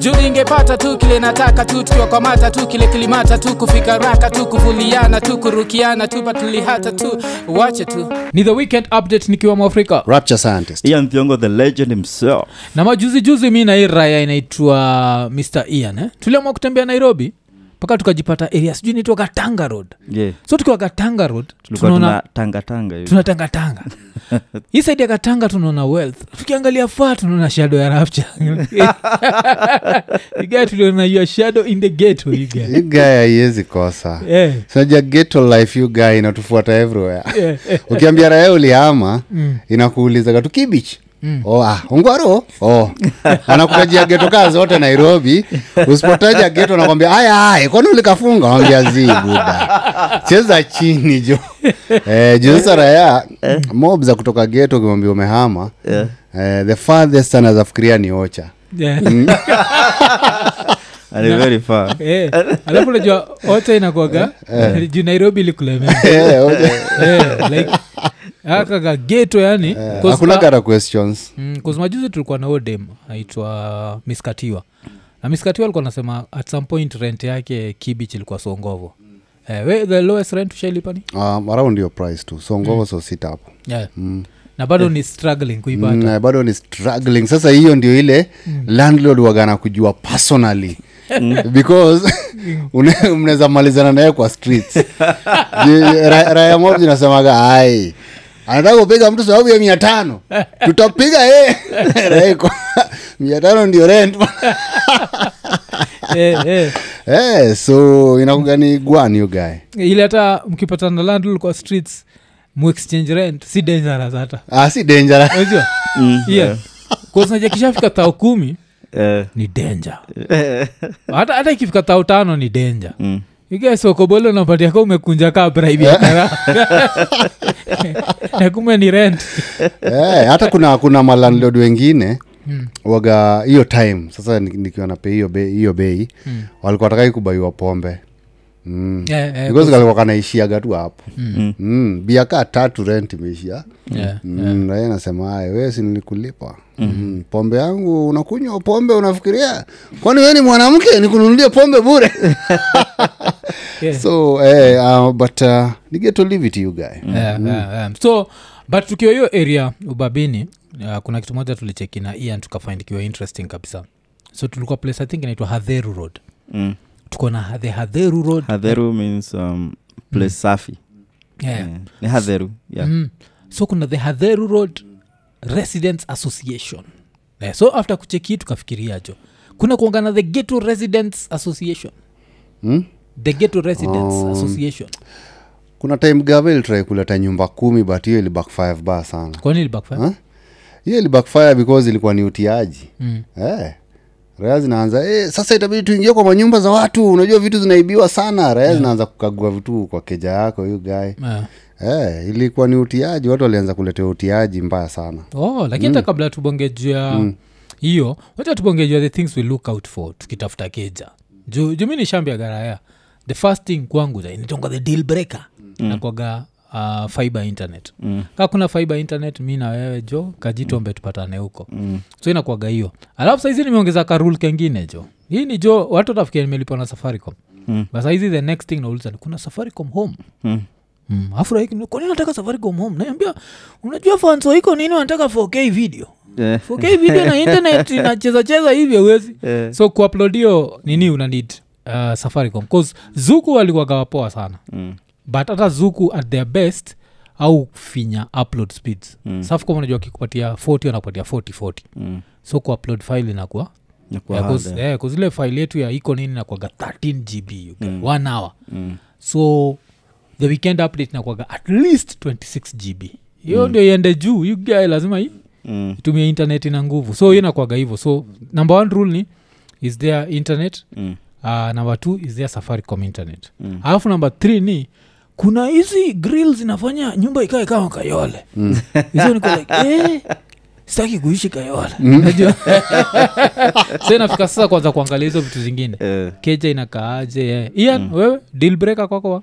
juu ningepata tu kile nataka tu tukiwakwamata tu kile kilimata tu kufika raka tu kuvuliana tu kurukiana tu patulihata tu wache tu ni the weekend update nikiwa mwafrika rapture scientist ian thiongo the legend himself na majuzi juzi mi na hii raya inaitwa mr ian eh? tuliamua kutembea nairobi mpaka tukajipata area sijui naitwa gatanga road yeah. so tukiwa gatanga road tulikuwa tunaona tuna tangatanga hivi. tunatangatanga hii saidi ya katanga tunaona wealth tukiangalia faa tunaona shadow ya rapture igaa tuliona your shadow in the ghetto iga you guy haiwezi kosa yeah. sinajua geto life you guy inatufuata everywhere yeah. Mm. yeah. ukiambia raya ulihama inakuulizaga tukibich Mm. Oh, ah, ungwaro oh. anakutajia geto kaa zote nairobi usipotaja geto nakwambia aya aya kwani ulikafunga wambia ziguda cheza chini jo eh, juusa raya Eh. mob za kutoka geto ukimwambia umehama eh, the farthest anazafikiria ni ocha yeah. And it's very far Eh, alafu unajua ocha inakwaga juu nairobi ilikulemea Eh, Ocha- Eh, like akaga geto yani eh, cause hakuna ma- kata questions mm, cause majuzi tulikuwa na odem aitwa miskatiwa na miskatiwa alikuwa anasema at some point rent yake kibich ilikuwa songovo eh, we, the lowest rent ushailipani um, around your price tu so ngovo so sit up yeah. na bado ni struggling kuipata Eh. Mm, na bado ni struggling sasa hiyo ndio ile landlord wagana kujua personally because une- mnaweza malizana naye kwa streets Ji- ra- raya mob zinasemaga ai anataka kupiga mtu sababu ya mia tano tutapiga ye raiko mia tano ndio rent eh, eh. Eh, so inakuga ni gwan you guy ili hata mkipatana landl kwa streets muexchange rent si dangerous hata ah, si dangerous unajua Mm, yeah. kasnaja kishafika thao kumi eh. ni denja hata hata ikifika thao tano ni denja mm. igasokobolo napatia ka umekunja kaa braibiashara nakume ni rent Eh, hata kuna kuna malandlord wengine waga hiyo time sasa ni- nikiwa napea hiyo bei hiyo bei walikuwa watakai kubaiwa pombe mm. Eh, eh, because walikuwa kanaishiaga tu hapo mm. mm. bia kaa tatu rent imeishia yeah. mm, raia nasema "Aye, wewe si nilikulipa mm. pombe yangu unakunywa pombe unafikiria kwani wewe ni mwanamke nikununulie pombe bure Yeah. so eh, uh, but uh, ni get to leave it you guy Yeah, yeah, yeah. so but tukiwa hiyo area ubabini uh, kuna kitu moja tulichekina ian tukafind kiwa interesting kabisa so tulikuwa place i think inaitwa hadheru road Mm. tuko na Ha- the hadheru road hadheru means um, place safi Mm. yeah. Eh, ni hadheru yeah. mm. so kuna the hadheru road residents association yeah. so after kucheki hii tukafikiria jo kuna kuongana the geto residents association Mm? the geto residents Um, association kuna time gava ilitrai kuleta nyumba kumi but hiyo ilibakfire vibaya sana kwani ilibakfa Huh? hiyo ilibakfire because ilikuwa ni utiaji Mm. eh. raya zinaanza eh, sasa itabidi tuingie kwa manyumba za watu unajua vitu zinaibiwa sana raya zinaanza kukagua vitu kwa keja yako hiyo guy yeah. eh, ilikuwa ni utiaji watu walianza kuletea utiaji mbaya sana oh lakini hata kabla tubongejea hiyo wacha tubongejea the things we look out for tukitafuta keja juu juu mi ni shambia garaya the first thing kwangu nitonga the deal breaker mm. nakwaga uh, fiber internet mm. ka kuna fiber internet mi na wewe jo kajitombe tupatane huko mm. so inakwaga hiyo alafu saizi nimeongeza karul kengine jo hii ni jo watu watafikia nimelipa na safaricom mm. but saizi the next thing nauliza ni kuna safaricom home Mm. Mm, afu Raik, kwani nataka safaricom home naambia unajua fanso iko nini wanataka 4k video Eh. 4k video na internet inacheza cheza hivyo uwezi Eh. so kuupload hiyo nini una need uh, safaricom bcause zuku walikuwagawapoa sana Mm. but hata zuku at their best au finya upload speeds mm. safaricom unajua wakikupatia 40 wanakupatia 40 40 Mm. so kuupload file inakuwa Inakuwa hadheru. kuzile file yetu ya iko nini nakwaga 13 gb okay? mm. one hour Mm. so the weekend update nakwaga at least 26 gb hiyo ndio iende juu you guy lazima i- Mm. itumie internet ina nguvu so hiyo nakwaga hivyo so number one rule ni is there internet Mm. uh, number two is there safaricom internet Mm. alafu number three ni kuna hizi grill zinafanya nyumba ikae kama kayole Mm. hizo niko like eh, sitaki kuishi kayole Mm. Unajua? so inafika sasa kwanza kuangalia hizo vitu zingine Eh. Mm. keja inakaaje eh. ian wewe deal breaker kwako wa?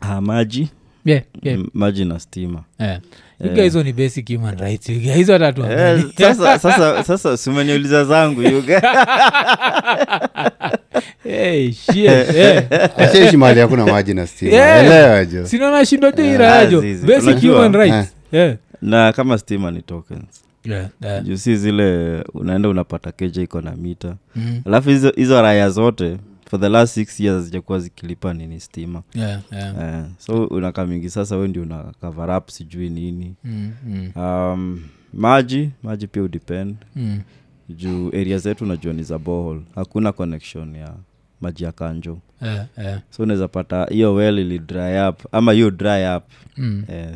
Ah, maji yeah, yeah, M- maji na stima yeah. You guys ni basic human rights You guys hata hatuangalii. Eh, sasa sasa sasa simeniuliza zangu you guys. Hey, shit, eh. yeah. ashaishi mahali hakuna maji na stima Yeah. elewa jo Sinaona shindwa tu Yeah, irajo zizi. basic Unajua, human rights yeah. na kama stima ni tokens Yeah, yeah. juu si zile unaenda unapata keja iko na mita Mm, alafu hizo, hizo raya zote for the last six years hazijakuwa zikilipa nini stima yeah, yeah. Eh, so unakaa mingi sasa we ndio una cover up sijui nini Mm, mm, um, maji maji pia udepend mm. juu area zetu unajua ni za bohol hakuna connection ya maji ya kanjo Yeah, yeah. so unaweza pata hiyo well ili dry up ama hiyo dry up Mm, eh,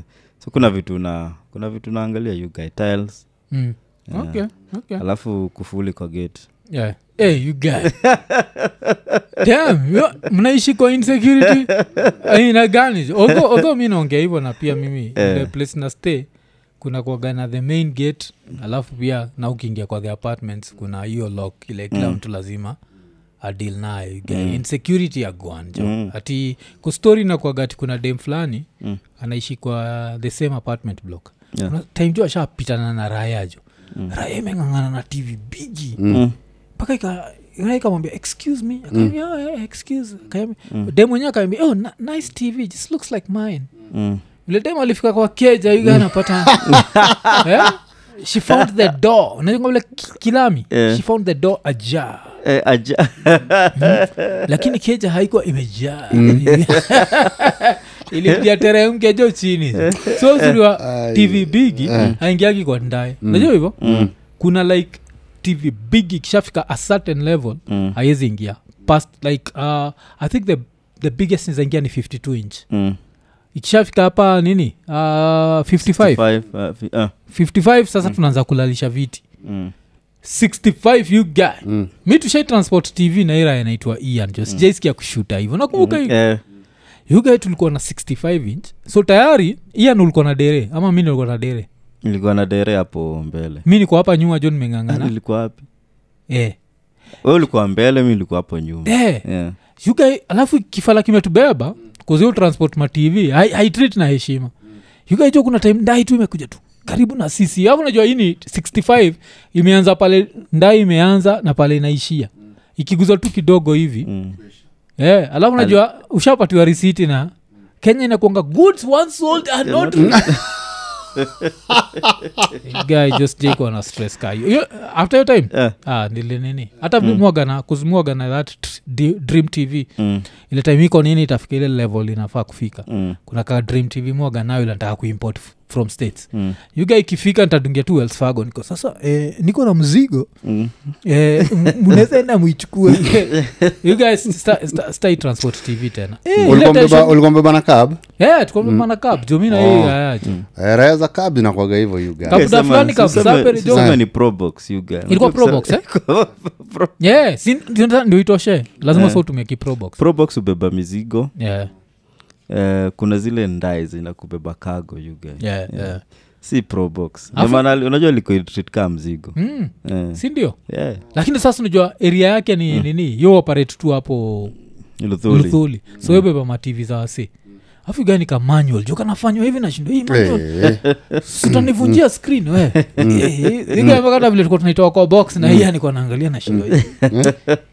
so kuna vitu na kuna vitu naangalia you guy tiles mm. Okay, okay. alafu kufuli kwa gate Yeah. Hey, you guy. Damn, yo- mnaishi kwa insecurity aina gani Although- although mi naongea hivyo na pia mimi Eh. the place na stay kuna kuaga na the main gate alafu pia na ukiingia kwa the apartments kuna hiyo lock ile kila Mm. mtu lazima adil nayo you guy. insecurity ya gwanja Mm. ati kustori na kwagati kuna dem fulani Mm. anaishi kwa the same apartment block Yeah. Una- time jo ashapitana na raya jo raya imeng'ang'ana na tv bigi Mm. mpaka ika- Rai ikamwambia excuse me akaambia "Oh, eh, excuse Akaambia- dem mwenyewe akaambia oh, ni- nice tv just looks like mine Mm. yule dem alifika kwa keja yuga anapata Eh? she found the door unajua vile ki- kilami Eh. she found the door ajar Eh, aja- lakini keja haikuwa imejaa Mm. ilipiga teremke jo chini Eh. so uzuri wa tv bigi aingiagi kwa ndae Mm. najua hivyo kuna like tv bigi ikishafika a certain level Mm. haiwezi ingia past like uh, i think the, the biggest nizaingia ni 52 inch Mm. ikishafika hapa nini uh, 55 Five, uh, fi- ah. 55 sasa tunaanza kulalisha viti Mm. 65 you guy mi tushai transport tv na ira inaitwa ian Mm. jo sijaisikia kushuta hivyo nakumbuka hiyo Eh, you guy tulikuwa na 65 inch so tayari ian ulikuwa na dere ama mi nilikuwa na dere nilikuwa na dere hapo mbele mi niko hapa nyuma jo nimeng'ang'ana ilikuwa wapi eh. we ulikuwa mbele mi ilikuwa hapo nyuma eh. Yeah. you guy alafu kifala kimetubeba kuzio transport ma tv hai- haitreat na heshima you guy jo kuna time ndai tu imekuja tu karibu na sisi alafu unajua hii ni 65 imeanza pale ndai imeanza na pale inaishia ikiguzwa tu kidogo hivi Mm. yeah, Eh, alafu najua ushapatiwa risiti na kenya inakuanga goods once sold are not guy just jake wana stress ka You- after your time Yeah. ah, nili nini hata mm. mwagana kuzimwagana that t- d- dream tv Mm. ile time iko nini itafika ile level inafaa kufika Mm. kuna ka dream tv mwaga nayo ile nataka kuimport f- from states Mm. yuga ikifika nitadungia tu wells fargo niko sasa eh, niko na mzigo Mm. eh, m- mnaweza enda mwichukue you guys sta- sta- stai transport tv tena Eh, ile Ulikuwa mbeba- tension- ulikuwa mbeba na cab Eh, tulikuwa mbebana kab jomina hii Oh. ayaje Eh, raya za cab zinakwaga hivyo yuga Kab- Kabuda Sema- fulani ka- siseme- sape ni siseme joke. ni probox you guy. Ilikuwa probox, eh? Pro- Yeah, si- ndio- ndio itoshe lazima Eh. sa utumia kiprobox probox hubeba mizigo yeah, eh, kuna zile ndai zina kubeba cargo you guy. yeah, yeah. si probox Afu- maana unajua likoitrit kaa mzigo Mm, Eh, si ndio yeah. lakini sasa unajua area yake ni nini yo operate tu hapo Luthuli. luthuli so yo beba mativi za wasi afu gani ka manual jo kanafanywa hivi nashindwa hii manual Eh, sitanivunjia screen Eh, we ikakata vile tuka tunaitoa kwa box na hii nikuwa naangalia nashindwa hii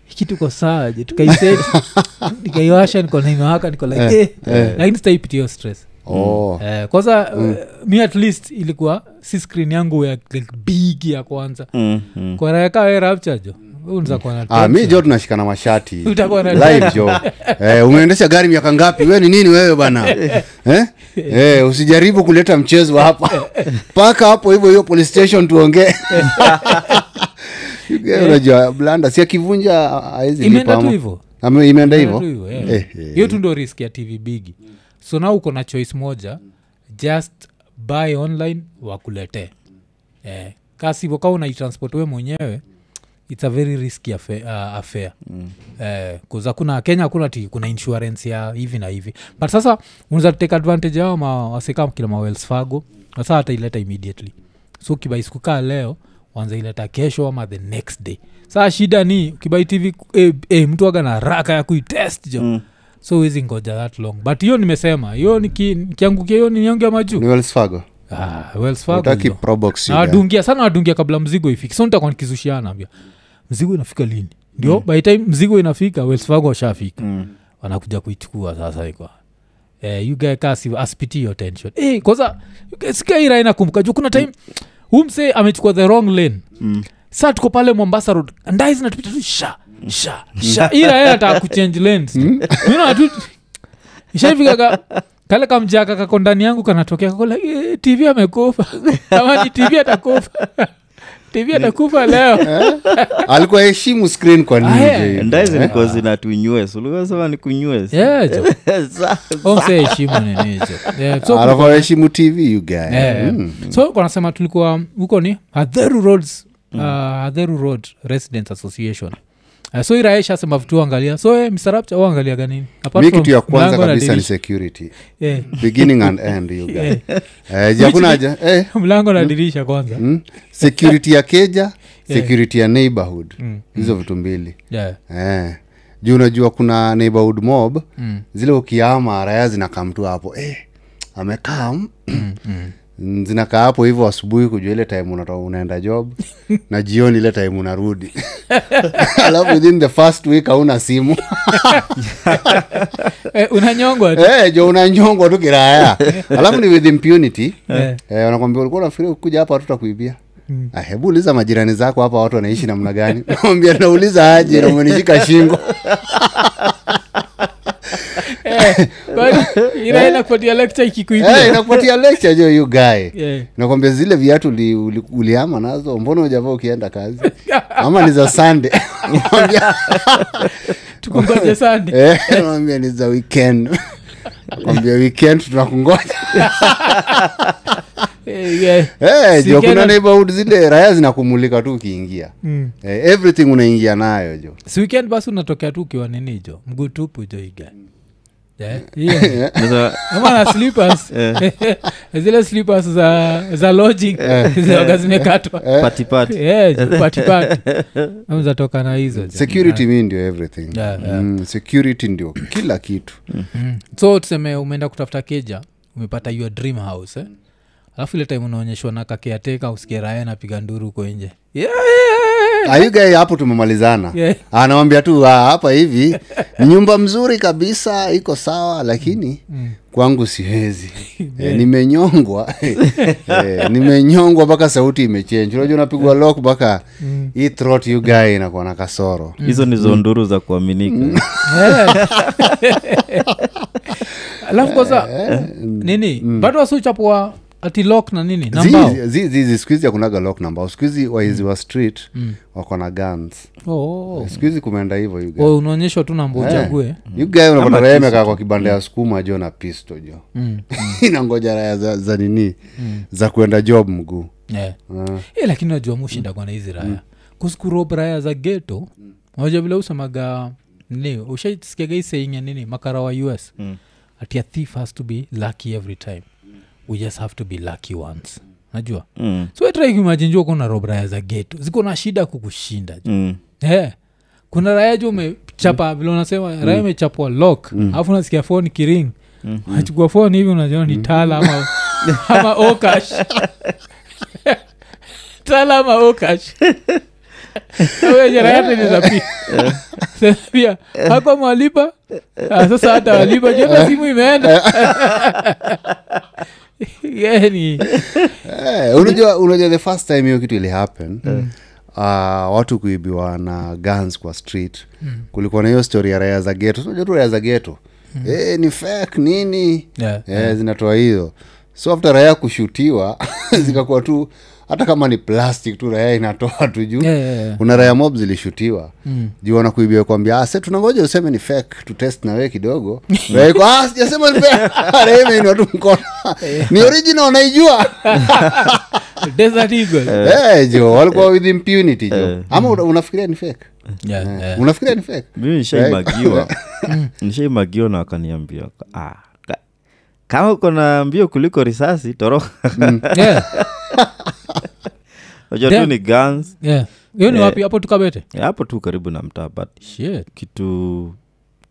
kitu ko saaje tukaiseti nikaiwasha niko naimewaka niko like eh, lakini sitaipitia hiyo stress oh. Eh, kwanza eh, mi at least ilikuwa si screen yangu ya like, big ya kwanza Mm, mm. kwa raha kawa rapture jo unaweza kuwa na Ah, mi tension. jo tunashikana mashati Utakuwa na live jo eh, umeendesha gari miaka ngapi we ni nini wewe bana eh? eh, usijaribu kuleta mchezo hapa mpaka hapo hivyo hiyo police station tuongee You guys unajua blanda si akivunja awezi imeenda tu hivo imeenda Imeenda hivo tu hivo, yeah. Eh, eh. hiyo tu ndo risk ya tv bigi so nao uko na choice moja just buy online wakuletee eh, kasivo kaa unaitransport we mwenyewe its a very risky affair, uh, affair. Mm. Eh, 'cause hakuna kenya hakuna ti kuna insurance ya hivi na hivi but sasa unaweza take advantage yao ma wasekam kila ma Wells fargo sasa hataileta immediately so ukibai siku kaa leo wanzaileta kesho ama the next day saa shida ni ukibai tv eh, eh, mtu aga na raka ya kuitest jo mm. so huwezi ngoja that long but hiyo nimesema hiyo niki- nikiangukia hiyo niongea majuu ni wells fargo Ah, Wells Fargo utaki hiyo. na wadungia sana wadungia kabla mzigo ifiki so nitakuwa nikizushiana ambia mzigo inafika lini ndio mm. by the time mzigo inafika Wells Fargo washafika mm. wanakuja kuichukua sasa ikwa eh, you guy kasi aspiti your tension eh, kwanza sikaira inakumbuka juu kuna time huu msee amechukua the wrong lane mm saa tuko pale mombasa road ndai zinatupita tu sha sha sha ira yeye ataka kuchange lanes Mimi naona tu ishafika ka- kale kamjaka kako ndani yangu kanatokea kako like, eh, tv amekufa amani tv atakufa tv atakufa leo Eh? alikuwa heshimu screen kwa nini Ah, Jay? yeah. ndahizi niko zinatuinywes ulikasema nikunywes Yeah, jo. Omse heshima nini, jo. Yeah, so alafu heshimu tv you guy Eh, Mm. so wanasema tulikuwa huko ni hadheru roads Mm. uh, hadheru road residents association Uh, so iraesha sema vitu angalia so eh, Mr. Rapcha, wewe angaliaga nini Apart mi from kitu ya kwanza mlango na kabisa ni dirisha. security Eh, beginning and end you guy eh, Eh, jakuna haja eh, mlango na dirisha kwanza mm. security ya keja security ya neighborhood hizo vitu mbili yeah. eh. juu unajua kuna neighborhood mob mm. zile ukiama raya zinakaa mtu hapo eh, amekaa mm. Mm, zinakaa hapo hivyo asubuhi kujua ile time unatoka unaenda job na jioni ile time unarudi alafu within the first week hauna simu eh, unanyongwa tu Eh, jo unanyongwa tu kiraya alafu ni with impunity Eh. Eh, wanakwambia ulikuwa unafikiria kuja hapa hatutakuibia Ah, hebu uliza majirani zako hapa watu wanaishi namna gani nawambia nauliza aje na umenishika shingo Eh, kwani ila inakupatia lecture Eh, ikikuibia inakupatia lecture jo you guy Eh, nakwambia zile viatu uli, uli, uliama nazo mbona ujavaa ukienda kazi ama ni za sande tukungoje Eh. sande nawambia ni za weekend kwambia weekend tunakungoja Eh, yeah. Eh, jo Sikena- kuna neighborhood zile raya zinakumulika tu ukiingia Mm. eh, everything unaingia nayo jo si weekend basi unatokea tu ukiwa nini jo mguu tupu jo iga yeah. yeah. ama na slippers Eh. zile slippers za za lodging Eh. zinaoga zimekatwa patipati Eh, patipati Ama zatoka na hizo jo. security mi ndio everything Yeah, yeah. Mm, security ndio kila kitu Mm. so tuseme umeenda kutafuta keja umepata your dream house eh? alafu ile time unaonyeshwa na kakeateka usikie raya napiga nduru huko nje yeah, yeah, ayugae hapo tumemalizana Yeah. anawambia tu "Ah, hapa hivi ni nyumba mzuri kabisa iko sawa lakini Mm. kwangu siwezi Eh, nimenyongwa Eh, nimenyongwa mpaka sauti imechenji unajua unapigwa lock mpaka Mm. hii throat you guy inakuwa na kasoro hizo nizo nduru za kuaminika yeah. alafu kwanza nini bado wasiuchapua atilok na nini na mbao Zi- zi- zi- zi- sikuhizi akunaga lock namba sikuhizi waizi wa street wako na guns Mm. oh, oh. siku hizi kumeenda hivyo you guy. oh, unaonyeshwa tu namba uchague ugaemekaa kwa kibanda ya sukuma jo na pisto jo Mm, inangoja raya za, za nini za kuenda job mguu yeah. Eh, lakini najua mushinda kwana hizi raya mm. kuskurob raya za geto unajua vile usemaga ni ushaisikiaga hii saying ya nini makara wa us mm. ati a thief has to be lucky every time we just have to be lucky once najua Mm, so try kuimagine jua kuna rob raya za geto ziko na shida kukushinda jo. mm. Eh, kuna raya ju umechapa vile unasema raya umechapwa lock alafu unasikia foni kiring unachukua foni hivi unajua ni tala ama, ama okash tala ama okash wenye raya tenezapia pia hako mwalipa Ah, sasa hata walipa jota simu imeenda yani Eh, unajua unajua the first time hiyo kitu ili happen Mm. Uh, watu kuibiwa na guns kwa street Mm. kulikuwa na hiyo story ya raya za geto unajua tu raya za geto eh, ni fake nini Mm. yeah. eh, zinatoa hizo so after raya kushutiwa zikakuwa tu hata kama ni plastic tu raya inatoa tu juu Yeah, yeah, yeah. kuna raya mob zilishutiwa mm. juu wanakuibia kwambia "Ah, se tunangoja useme ni fake tu test na wewe kidogo Raya iko, "Ah, sijasema ni fake." Raya imeinua tu mkono ni original naijua Desert Eagle. Eh, jo walikuwa with impunity jo ama una- unafikiria ni fake Yeah, yeah. Eh, unafikiria ni fake mimi nishaimagiwa nishaimagiwa na wakaniambia ah, ka- kama uko na mbio kuliko risasi toroka Yeah, najua tu Damn. ni guns Eh, yeah. hiyo ni wapi hapo tukabete hapo tu karibu na mtaa but Shit. kitu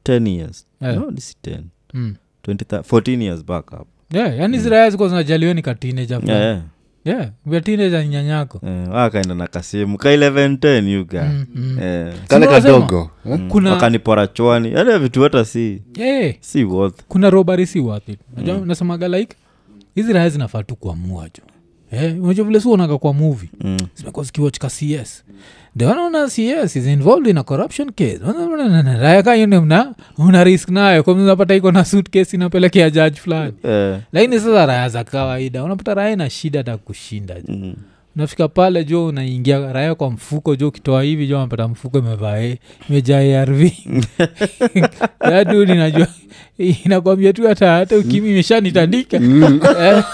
10 years Yeah. no, this 10 mm. 20, thir- 14 years back up yeah, yani ziraya ziko zinajaliwa ni katineja yeah, yeah. yeah, vya tineja ni nyanyako Eh, wakaenda na kasimu ka 1110 yuga mm, mm. eh, kale Sima unasema? kadogo eh? mm, kuna- wakanipora chwani yale vitu hata si yeah. si worth kuna robari si wapi najua mm. nasemaga like hizi raha zinafaa tu kuamua jo Eh, unajua vile si uonaga kwa movie mm. zimekuwa zikiwatch ka cs the wanaona cs is involved in a corruption case raya ka hiyo ndio mna una risk nayo kwa unapata iko na suitcase inapelekea judge fulani eh, lakini sasa raya za kawaida unapata raya na shida hata kushinda jo Mm-hmm. mm. unafika pale jo unaingia raya kwa mfuko jo ukitoa hivi jo unapata mfuko imevaa eh, imejaa arv dadudi najua Yaani inakwambia tu hata hata ukimi imeshanitandika Eh,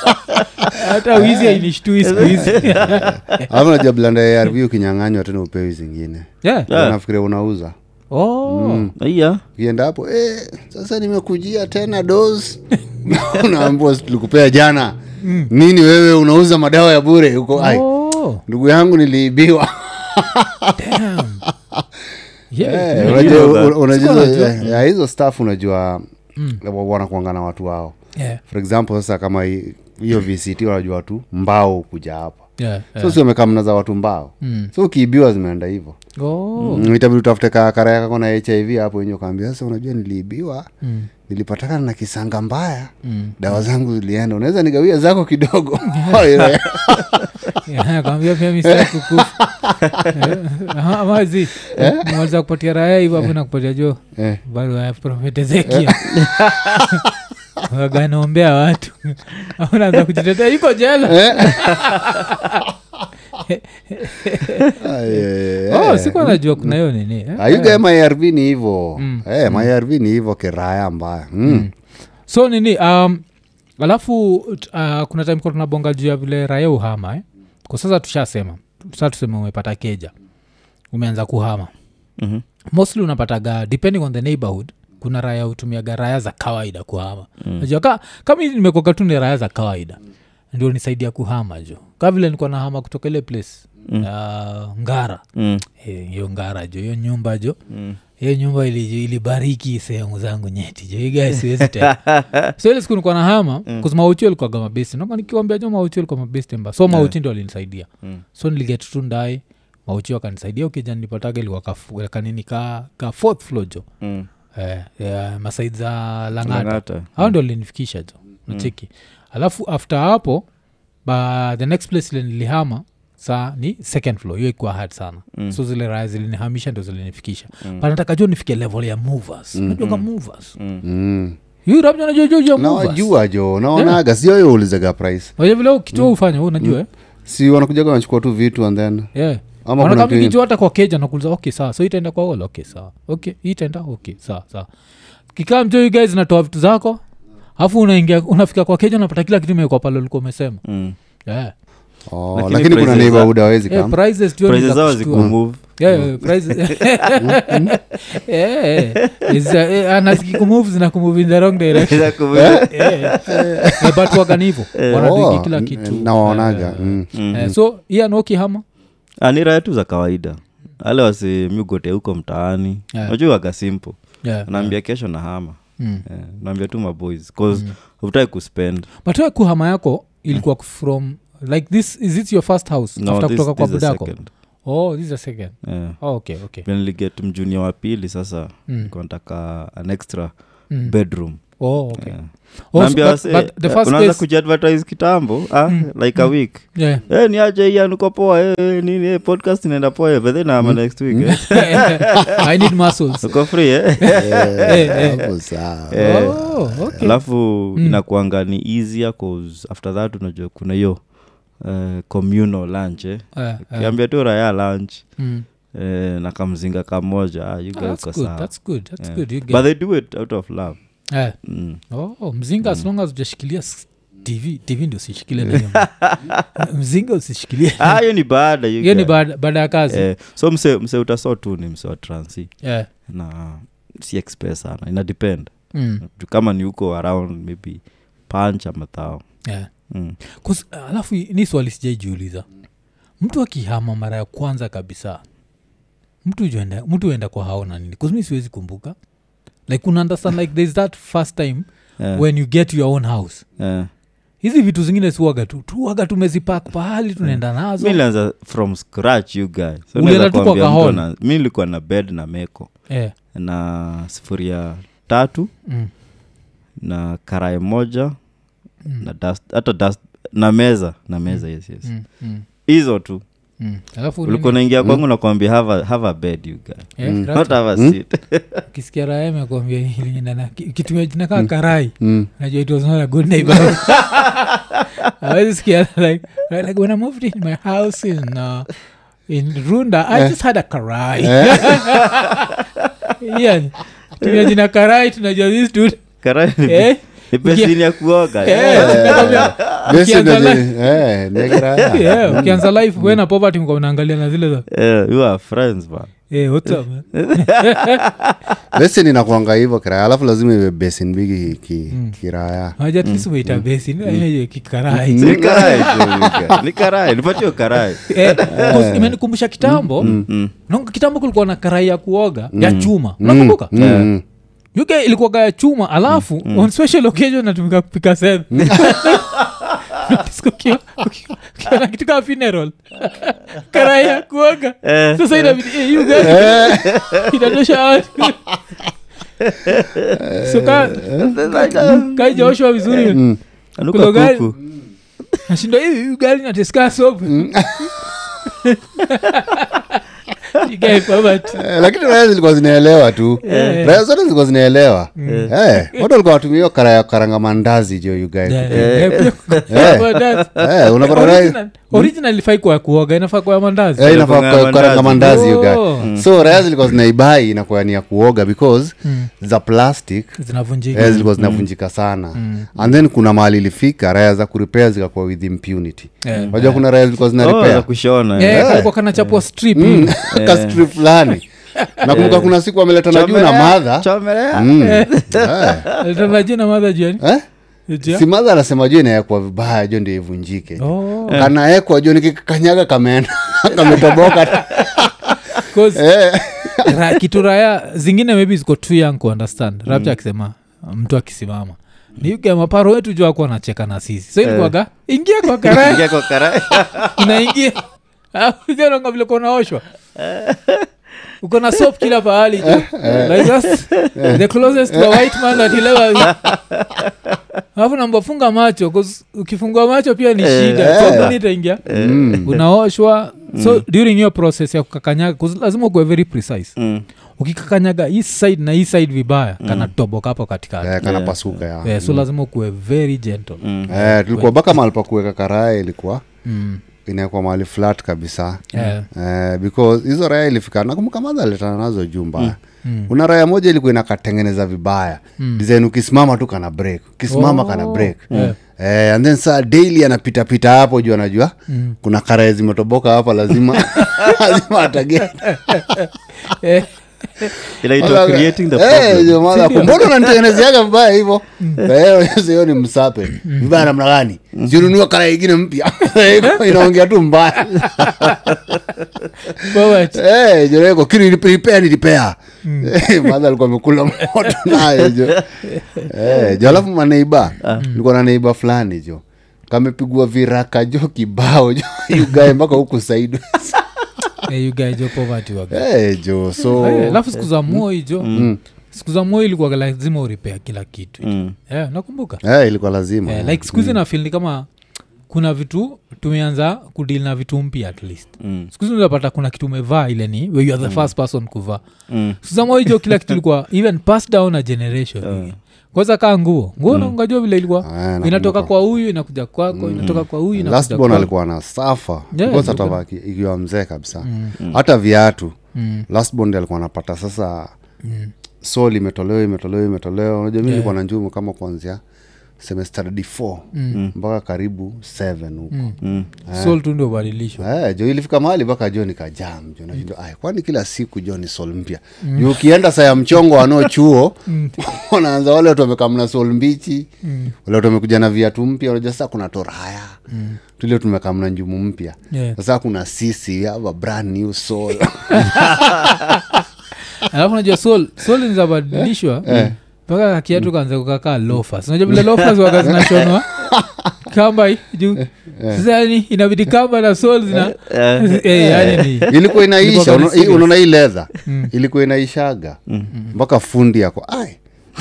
hata wizi ainishtui siku hizi alafu najua blanda ya arv ukinyang'anywa tena upewi zingine Yeah. Yeah. nafikiria unauza Oh. Mm. iya ukienda hapo eh, sasa nimekujia tena dos unaambua tulikupea jana nini wewe unauza madawa ya bure huko ai Oh. ndugu yangu niliibiwa Damn. Yeah. Eh, you unajua- know that. un- unajua- eh, eh, hizo staff unajua eh, wa- wanakuanga na watu wao Yeah. for example sasa kama hi- hiyo vct wanajua watu mbao kuja hapa Yeah. so si wamekaa mnaza watu mbao so ukiibiwa zimeenda hivo Oh. Mm, itabidi utafute ka- karaya kako na hiv hapo wenye ukaambia sasa unajua niliibiwa Mm. nilipatakana na kisanga mbaya dawa zangu zilienda unaweza nigawia zako kidogo Yeah, kwambia pia Eh, misikukumazi mwaza kupatia raya hivo apo nakupatia jo Eh. barua ya profet ezekia waganaombea watu aunaanza kujitetea iko jela Eh. oh, sikuwa najua kuna hiyo nini eh? Mm. ayuga marv ni hivo Eh, marv ni hivo kiraya mbaya Mm. so nini um, alafu t- uh, kuna time kuwa tunabonga juu ya vile raia uhama eh? kwa sasa tushasema sasa tuseme umepata keja umeanza kuhama Mhm. mostly unapataga depending on the neighborhood kuna raya hutumiaga raya za kawaida kuhama najua ka, kama hizi nimekoka tu ni raya za kawaida ndio nisaidia kuhama jo kaa vile nikuwa nahama kutoka ile place mm. uh, ngara mm. Eh, hiyo ngara jo hiyo nyumba jo hiyo nyumba ili- ilibariki sehemu zangu nyeti jo iga siwezi tena so ile siku nikuwa nahama kuz mauchi alikuwaga mabesti nakuwa nikiwambia jo mauchi alikuwa mabesti mba so mauchi ndio alinisaidia so niliget tu ndai mauchi wakanisaidia ukija nilipataga ilikuwa kafu- kanini ka, ka fourth floor jo Mm. eh, eh, masaid za langata Langata. hao ndio linifikisha jo nacheki alafu after hapo ba, the next place ile nilihama saa ni second floor hiyo ikuwa hard sana mm. so zile raya zilinihamisha ndo zilinifikisha mm. panataka jua nifike level ya movers mm. najuaga movers mm. Mm. yurabja najua juu ya movers nawajua jo naonaga sio yo ulizaga price najua vile kitua ufanya huu najua eh? si wanakujaga wanachukua tu vitu and then yeah. Ama Wanakaa kuna mtu mikijua hata kwa keja nakuuliza okay sawa so itaenda kwa all okay sawa okay hii itaenda okay sawa sawa kikaa mjo you guys natoa vitu zako alafu unaingia unafika kwa keja unapata kila kitu imewekwa pale ulikuwa umesema Mm. yeah. oh, Lakini lakini, kuna prices neighborhood hawezi yeah, kama prices Eh, tu ni prices za zao kushtua. zikumove Yeah, yeah, prices- Yeah, yeah. Is, uh, eh, ana zikikumove zinakumove in the wrong direction Zikumove. Yeah, yeah. Eh, but wagani hivo wanadogi kila n- kitu Oh, n- nawaonaga Eh, mm. Mm-hmm. eh, so hiy anookihama Ah, ni raya tu za kawaida ale wasimiugote huko mtaani Yeah. najua waga simple Eh. naambia kesho na hama Mm. yeah. naambia tu maboys bause hutaki kuspend but we kuhama yako ilikuwa from like this is it your first house Mm. No, after this- kutoka kwa this is buda the yako second. oh this is a second Yeah. oh, okay okay Then niliget mjunia wa pili sasa mm. kontaka an extra mm. bedroom oh okay Yeah. Oh, so- Naambia but, wase, but the eh, first unaanza place Mm. kujiadvertise kitambo ah, like a week yeah Eh, niaje hii anuko poa eh, nini eh, podcast inaenda poa eh, but then I'm Mm. next week eh. i need muscles uko free eh? Eh, eh. Hapo sawa. Eh, oh okay alafu Mm. inakuanga ni easier cause after that unajua kuna hiyo uh, communal lunch eh. Eh, eh, kiambia tu raya lunch mm. eh, na kamzinga kamoja ah, you Ah, guys that's uko good sawa. that's good that's Yeah. good you but get they do it out of love eh mm. oh mzinga as long as hujashikilia s- tv tv ndio usishikilie na hiyo. mzinga usishikilie ah, hiyo ni baada you hiyo ni guys. baada baada ya kazi eh, so mse, mse utaso tu ni mse wa transi Eh, na si expert sana ina depend mm, Juu kama ni huko around maybe panch ama thao eh. mm. 'Cause, uh, alafu ni swali sijaijiuliza mtu akihama mara ya kwanza kabisa mtu juenda, mtu huenda kwa hao na nini kuzimi siwezi kumbuka like una understand like thereis that first time Yeah. when you get your own house Eh. hizi vitu zingine siwaga tu tuwaga tumezipak pahali tunaenda nazo mi nilianza from scratch you guys so Ulienda naweza tu kwa kuambia mtu kahol. ana- mi nilikuwa na bed na meko Eh, na sifuria tatu mm, na karae moja Mm. na dust, hata dust, na meza na meza yes, yes. mm, mm, hizo tu mm. Alafu ulikuwa nini? unaingia kwangu nakwambia have a, have a bed you guy Eh, Kratos, not have a seat ukisikia raya amekwambia hili na- na- ki- kitu kinakaa karai Mm. najua it was not a good neighbor awezi sikia like, like when i moved in my house in, uh, in runda i just had a karai yeah. tumia jina karai tunajua this dude Karai ni- eh? ni besini ya kuoga Eh, nakwambia, Basi ndo ukiangalia- zi- eh, negra haya. Ah, yeah, ukianza life wena poverty mko unaangalia na zile za Eh, you are friends man eh, what's up, man? Basi ninakuanga hivyo kiraya alafu lazima iwe besi mbigi ki, Hmm. Hmm. kiraya Unajua Ah, at least umeita besi, ni yenyewe eh, kikarai Si ni karai tu, you guy. ni karai nipatio karai Eh, Mm, 'cause imenikumbusha kitambo nonga kitambo kulikuwa na karai ya kuoga ya chuma unakumbuka Mm. uk ilikuwaga ya chuma alafu on special occasion natumika kupika sebe ukiona kitu kaa funeral karai ya kuoga Eh, sasa inabidi eh, you guys, inatosha watu So ka- ka ijaoshwa vizuri Hmm. anuka Kulo gari. kuku nashinda Ah, hivi hii gari inateska sobe Mm. Igai poverty. Eh, lakini raya zilikuwa zinaelewa tu Eh. raya zote zilikuwa zinaelewa Hmm. Eh, watu walikuwa watumia hiyo kara ya karanga mandazi jo you guys. Yeah, yeah, yeah. Eh. Mandazi. Eh, unapata raya Original- original ilifai kuwa ya kuoga inafaa kuwa ya mandazi Eh, inafaa Karanga kwa- karanga mandazi. mandazi you guys. Oh. so raya zilikuwa zinaibai inakuwa ni ya kuoga because Mm. za plastic zinavunjika Eh, zilikuwa zinavunjika sana and then kuna mahali ilifika raya za kuripea zikakuwa with impunity Eh. unajua kuna raya zilikuwa Oh, za zinaripea kushona Eh, eh. kalikuwa kanachapua strip Mm, ka strip fulani nakumbuka kuna siku ameleta na juu na Chomelea, madha chomelea. Mm. Eh. alitanajia na madha juani Eh? si madha anasema juu inawekwa vibaya jo ndio ivunjike Oh. kanaekwa jo nikikanyaga kameenda kametoboka Eh. ra, kitu raya zingine maybe ziko too young Mm. kuundestand rapcha akisema mtu akisimama niugamaparo wetu juu akuwa anacheka na sisi so Eh. ilikuwaga ingia kwa karaya Ingia kwa karai unaingia unaonga Ah, vile uko naoshwa uko na sop kila pahali jo like that's the closest to a white man that he'll ever be alafu nambafunga macho 'cause ukifungua macho pia ni shida sobuni itaingia unaoshwa so during hiyo process ya kukakanyaga 'cause lazima ukuwe very precise Mm. ukikakanyaga hii side na hii side vibaya kanatoboka hapo katikati Eh, kanapasuka ya Eh, so lazima ukuwe very gentle Eh, tulikuwa mpaka mahali pa kuweka karaya ilikuwa Mm. inawekwa mahali flat kabisa Eh. Eh, because hizo raya ilifika nakumbuka madha aletana nazo juu mbaya Mm. una raya moja ilikuwa inakatengeneza vibaya design ukisimama tu kana break ukisimama Oh. kana break Yeah. Eh, and then saa daily anapitapita hapo juu anajua Mm. kuna karaya zimetoboka hapa lazima lazima atageta Eh, inaitwa creating Eh, the problem mbona unanitengenezeaga vibaya hivo Mm. hiyo ni msape vibaya namna gani sinunua kara ingine mpya Iko inaongea tu mbaya Robert. Eh, jo, leo kiri nilipea nilipea Mm. Eh, madha alikuwa amekula moto nayo jo Eh, jo alafu maneiba Ah. nilikuwa na neiba fulani jo kamepigwa viraka jo kibao jo yugae mpaka huku saidi Eh, you guys, your poverty waga. Eh, jo so Eh, alafu siku za mm, moi jo mm. siku za moi ilikuwa lazima uripea kila kitu Mm. Mm, Eh, nakumbuka Eh, ilikuwa lazima Eh, like siku Mm. hizi nafil ni kama kuna vitu tumeanza kudil na vitu mpya at least Mm. siku hizi unapata kuna kitu umevaa ile ni where you are the first person kuvaa Mm. siku za moi jo kila kitu ilikuwa even pass down a generation kwanza kaa nguo nguo naungajua vile ilikuwa Mm. Ah, nakumbuka. inatoka kwa huyu inakuja kwako inatoka kwa huyu inakuja lastborn kwako alikuwa na safa Yeah, Because hata alikuwa- waki- ikiwa mzee kabisa hata viatu Mm. lastborn ndiye alikuwa anapata sasa sol imetolewa imetolewa imetolewa unajua mi nilikuwa na njumu kama kuanzia semester d4 Mm. mpaka karibu 7 huko sol tu ndio ubadilisho Eh, jo ilifika mahali mpaka jo nikajam jo nashinda "Ai, kwani kila siku jo ni sol mpya Mm. Ju ukienda saa ya mchongo wanao chuo wanaanza wale watu wamekamna sol mbichi Mm. wale watu wamekuja na viatu mpya unajua sasa kuna toraya tulio tumekamna njumu mpya Mm. Yeah. sasa kuna sisi hapa brand new sol alafu najua sol sol inabadilishwa mpaka kakiatu kanza kukakaa lofas unajua vile lofas waga zinashonwa kamba hi- juu sasa yani inabidi kamba na sol zina Eh, yani ni ilikuwa inaisha Ilikuwa Mm. uno- serious. unaona hii ledha ilikuwa inaishaga mpaka fundi ako ai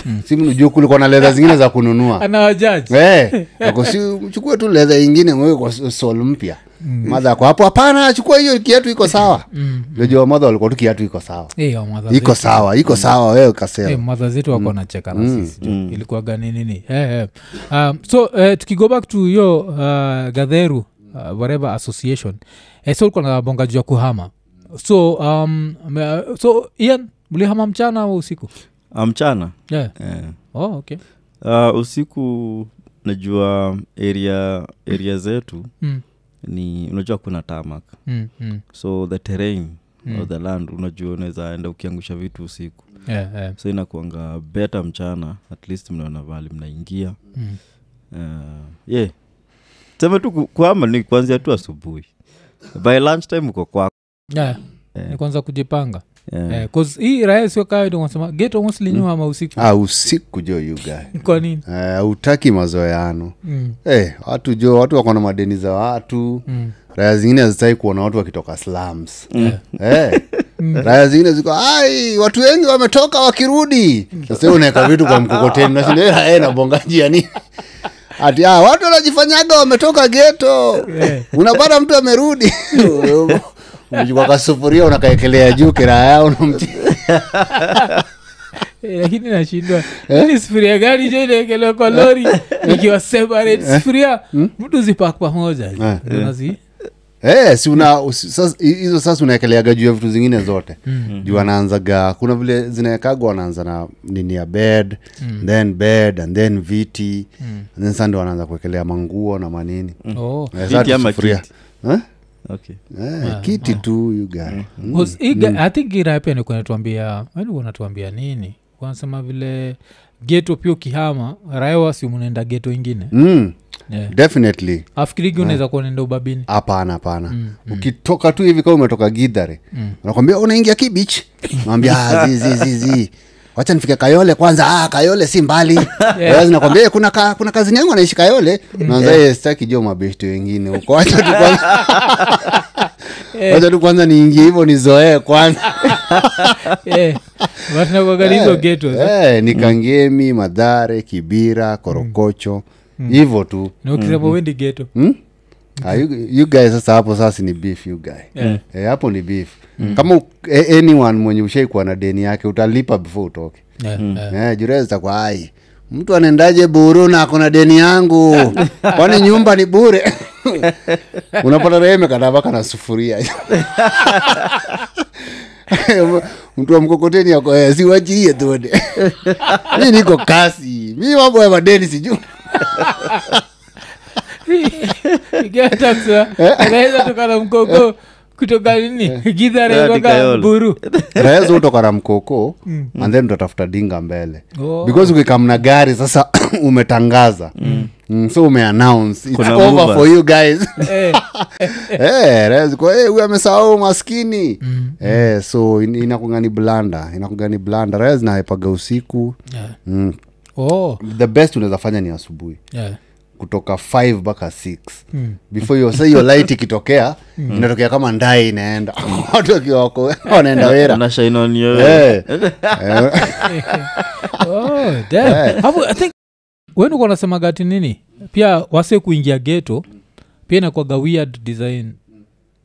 Mm. simnujuu kulikuwa na ledha zingine za kununua anawajaji Eh, ako si chukua tu ledha ingine mweke kwa so- sol mpya madha ako hapo hapana chukua hiyo kiatu iko sawa najua madha walikuwa tu kiatu iko sawa Eh, wa mother iko sawa iko sawa wewe Eh, kasema madha zetu wako nacheka na sisi mm. ilikuwa gani nini eh, eh. Um, so eh, tukigo back to hiyo uh, gadheru uh, whatever association eh, so ulikuwa na bonga juu ya kuhama so um, me- so ian mlihama mchana au usiku Ah, mchana yeah. eh. oh, okay. Ah, usiku najua area area zetu mm. ni unajua kuna tamak Mm, mm. so the terrain mm. or the land unajua unaweza enda ukiangusha vitu usiku Yeah, yeah. so inakuanga beta mchana at least mnaona vali mnaingia Mm. uh, ye sema tu ku- kuhama ni kuanzia tu asubuhi by lunch time uko kwako Yeah. Eh. ni kwanza kujipanga Eh, Eh, 'cause hii raha sio kawaida unasema get almost linyua ama usiku ah, usiku jo yuga kwa nini Eh, hautaki mazoeano mm. Eh, watu jo watu wako na madeni za watu mm. raya zingine hazitai kuona watu wakitoka slums Eh, raya zingine ziko ai watu wengi wametoka wakirudi sasa wewe unaweka vitu kwa mkokoteni nashinda "Eh, eh, nabongaji yani ati ah, watu wanajifanyaga wametoka geto unapata mtu amerudi umechukua kasufuria unakaekelea juu kiraya unamti Eh, lakini nashindwa ni sufuria gani jo inaekelewa kwa lori ikiwa separate sufuria mtu zipak pamoja Ndio nazi- Eh, si una usi- sas- hi- hizo sasa unaekeleaga juu ya vitu zingine zote Mm. juu anaanzaga kuna vile zinaekagwa wanaanza na nini ya bed Mm. then bed and then viti and then sasa ndio wanaanza kuekelea manguo na manini Oh. Ah. Eh, Viti sasa ama tusufuria. kiti? Eh? okay Eh, kiti tu you guy. Mm. 'Cause hii ga- i think gira pia nikuwa natuambia natuambia nini wanasema vile geto pia ukihama raewa si mnaenda geto ingine Mm, yeah. definitely afikirigi unaweza kuwa naenda ubabini hapana hapana ukitoka tu hivi kama umetoka gidhare nakwambia unaingia kibich "Ah, nawambia zizizizi wacha nifike kayole kwanza ah, kayole si mbali yeah. nakwambia "Eh, kuna, ka, kuna kazini yangu anaishi kayole "Eh, naanza yeah. staki jo mabeshti wengine huko wacha tu kwanza wacha tu kwanza niingie hivyo nizoee kwanza Eh, watu nakuangalia hizo geto za- eh, ni kangemi madhare kibira korokocho hivyo tu na ukisema wendi geto Hmm? Ah, you, you guys sasa hapo sasa ni beef you guy Yeah. Eh, hapo ni beef kama u- eh, anyone mwenye ushaikuwa na deni yake utalipa before utoke Yeah, yeah. eh, jureza zitakuwa ai mtu anaendaje buru na akona deni yangu kwani nyumba ni bure unapata reemekadavaka na sufuria mtu wa mkokoteni ako eh, siwachie tuone mi niko kasi mi mambo ya madeni sijuu Ikiataksa, anaweza toka na mkogo kutoka nini Yeah, gidharetoka Dikayolo. buru raheza utokana mkoko and then utatafuta dinga mbele Mm. Oh. because ukikamna gari sasa umetangaza Mm, so umeannounce It's Kuna over movers. for you guys Eh, Eh, raheza kwa, "Eh, huyu amesahau maskini Mm. Eh, so in- inakunga ni blanda inakunga ni blanda raheza zinahepaga usiku Yeah. Mm. oh, the best unaweza fanya ni asubuhi yeah. Hmm. kutoka 5 mpaka 6 before hiyo sa hiyo light ikitokea Mm. inatokea kama ndae inaenda watu wakiwa wako wanaenda wera nashainonioe Eh. Eh. Oh, damn. Hapo, I think wen uko nasemagati nini pia wase kuingia geto pia inakwaga weird design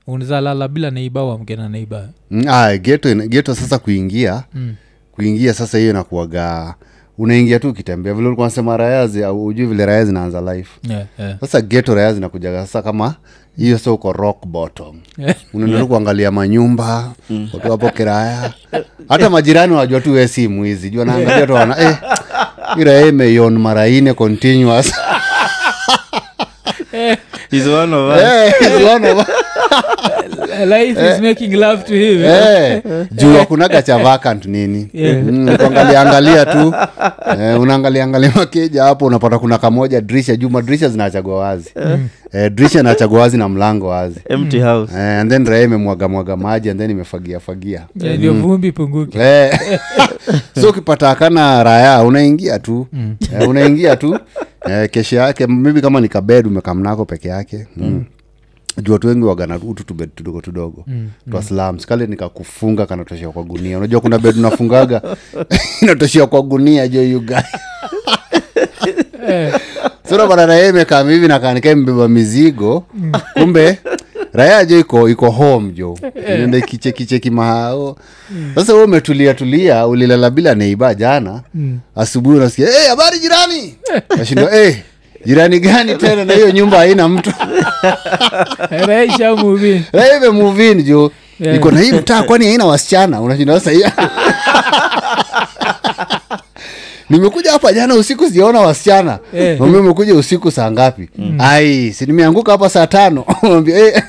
unaweza lala bila neiba wamke na neiba Mm, ah, geto, ina- geto sasa kuingia mm. Hmm. kuingia sasa hiyo inakuaga unaingia tu ukitembea vile ulikuwa nasema rayazi au ujui vile raya zinaanza life yeah, yeah. sasa geto raya zinakujaga sasa kama hiyo sa uko rock bottom unaenda tu kuangalia manyumba watu wapo kiraya hata majirani wanajua tu we si mwizi jua naangalia tu wana eh, hii raya imeion mara ine continuous is one of us Eh, it's one of- life is making love to him Eh, juu akunaga cha vacant nini Yeah. mm, kuangalia angalia tu eh, unaangalia angalia makeja hapo unapata kuna kamoja drisha juu madrisha zinachagua wazi eh, drisha inachagua wazi na mlango wazi empty house eh, and then raha imemwaga mwaga maji and then imefagia fagia Eh, ndio vumbi punguki Eh, so ukipata akana raya unaingia tu eh, unaingia tu eh, kesho yake mibi kama ni kabed umekamnako peke yake mm. juu watu wengi wagana utu tubed tudogo tudogo mm. twa slums kale nikakufunga kanatoshea kwa gunia unajua kuna bed unafungaga inatoshea kwa gunia jo yuga Eh, sura bana raya imekam hivi na kanikae mbeba mizigo kumbe raya jo iko iko home jo inaenda ikichekicheki mahao sasa we umetulia tulia ulilala bila neiba jana asubuhi unasikia "Eh, habari jirani nashindo hey, jirani gani tena na hiyo nyumba haina mtu raisha muvi raya imemuvin jo Yeah. iko na hii mtaa kwani haina wasichana unashinda sasa hii- nimekuja hapa jana usiku sijaona wasichana Eh. Mm. mwambie umekuja usiku saa ngapi ai si nimeanguka hapa saa tano mwambie eh,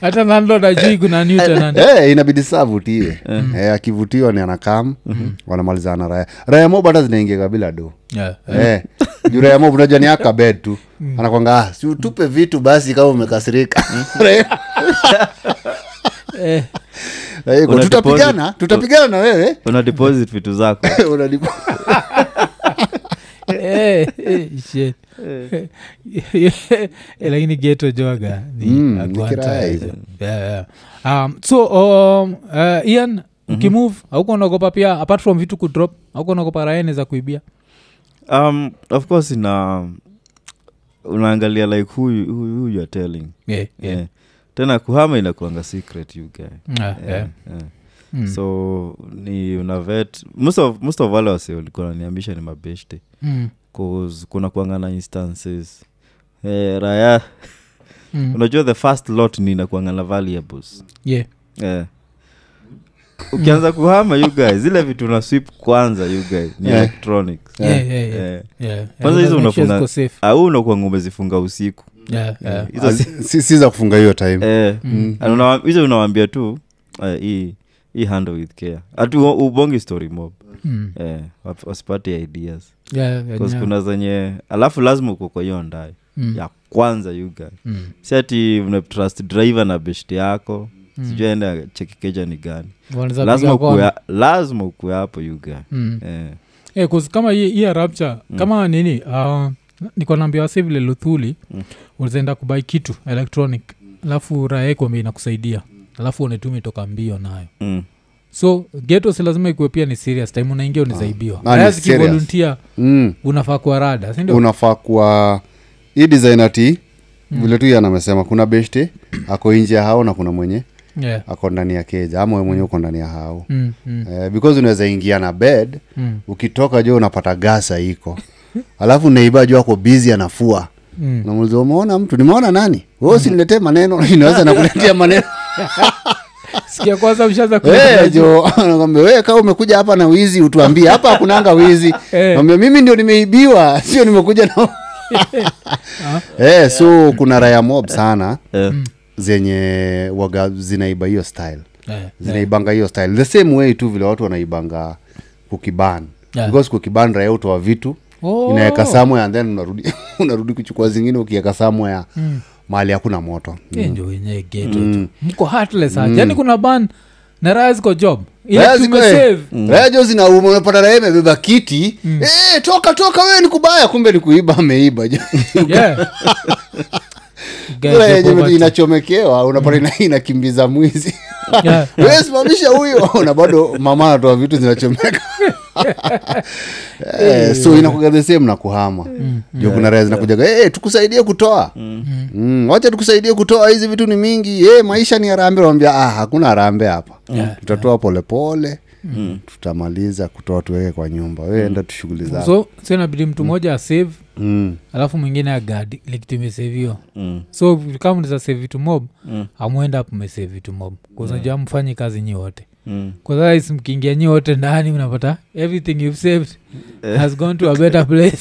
hata landlord ajui kuna new tenant eh, inabidi saa avutiwe Mm-hmm. eh, akivutiwa ni anakam wanamalizana na raya raya mob hata zinaingiaga bila do Yeah. Eh, juu raya mob unajua ni akabed tu Mm. anakwanga "Ah, si utupe vitu basi kama umekasirika Mm-hmm. Raya- Eh, raya iko, Una tutapigana deposit. tutapigana na wewe una deposit vitu zako Unanipa- eh, eh, shit. Eh, lakini geto joga ni Mm, ni aguanta kiraya hizo. hizo. Yeah, yeah. Um, so um, uh, ian ukimove auko naogopa pia apart from vitu kudrop auko naogopa raene za kuibia um, of course ina unaangalia like who, you- who, who you're telling yeah, yeah. Eh. tena kuhama inakuanga secret you guy Yeah, Eh, yeah. eh. Mm. so ni unavet most of, most of wale wase walikuwa naniambisha ni mabeshte Mm, cause kuna kuanga na instances eh, raya mm, unajua the first lot ni inakuanga na valuables yeah. eh. ukianza kuhama you guys zile vitu una sweep kwanza you guys ni Eh. electronics Yeah, yeah, yeah. Eh. Ah, Yeah, Kwanza yeah, hizo make sure unafunga- ziko safe. au unakuanga umezifunga usiku Yeah, yeah. hizo si- si, si za kufunga hiyo time Eh, Mm. and unawa- hizo unawambia tu eh, hii hii handle with care hatu ubongi story mob Mm. eh, wap- wasipate ideas Yeah, yeah, 'Cause yeah. kuna zenye alafu lazima uko kwa hiyo ndai Mm, ya kwanza yuga mm, si ati mnatrust driver na best yako mm. sijui aenda chekikeja ni gani Wanaweza lazima piga kona. ukue- lazima ukue hapo yuga Mm. eh, Eh, 'cause kama hii hii rapture mm. kama nini uh, niko naambia wase vile luthuli mm. Mm. ulizaenda kubai kitu electronic alafu raha yako ambayo inakusaidia alafu unetumi toka mbio nayo mm, so geto si lazima ikuwe pia ni serious time unaingia unazaibiwa Ah, ni Raha serious. zikivolunteer mm. unafaa kuwa rada sindio unafaa kuwa hii designer t Mm. vile tu yana amesema kuna beshte ako nje ya hao na kuna mwenye yeah. ako ndani ya keja ama we mwenye uko ndani ya hao mm, mm, eh, because unaweza ingia na bed mm, ukitoka jo unapata gasa iko alafu neiba jo ako bizi anafua mm. namuliza umeona mtu nimeona nani we usiniletee maneno inaweza nakuletea maneno sikia kwanza mshaza Hey, Eh, jo nakwambia we kaa umekuja hapa na wizi utuambie hapa hakunanga wizi Eh. naambia mimi ndio nimeibiwa sio nimekuja na Eh, so kuna raya mob sana eh, zenye waga zinaiba hiyo style yeah. zinaibanga hiyo style the same way tu vile watu wanaibanga kukiban Yeah. because kukiban raya utoa vitu Oh. inaweka samwaya and then unarudi unarudi kuchukua zingine ukiweka samwaya mm. mahali hakuna moto Eh, ndio wenyewe geto tu. mko heartless mm. yani kuna ban na raha ziko job Raya ile ziko- tumesave eh, raya jo zinauma unapata raya imebeba kiti eh, toka toka wewe ni kubaya kumbe ni kuiba ameiba jo Yeah. Guys, Raya yenye poverty. inachomekewa unapata ina- inakimbiza mwizi Yeah. Wewe simamisha huyo na bado mama anatoa vitu zinachomeka eh, so inakuga the same na kuhama jo kuna raya zinakujaga eh, tukusaidie kutoa Mm, wacha tukusaidie kutoa hizi vitu ni mingi eh, maisha ni harambe wambia ah, hakuna harambe hapa tutatoa polepole Mm. tutamaliza kutoa tuweke kwa nyumba we enda tushughuli zako so so inabidi mtu mmoja asave Mm. alafu mwingine agad likitu imeseviwa mm, so kama mnaweza save vitu mob mm, amwenda mumesave vitu mob kuznajua mfanyi kazi nyi wote mm. Eh. kwasaisi mkiingia nyi wote ndani unapata everything you've saved has gone to a better place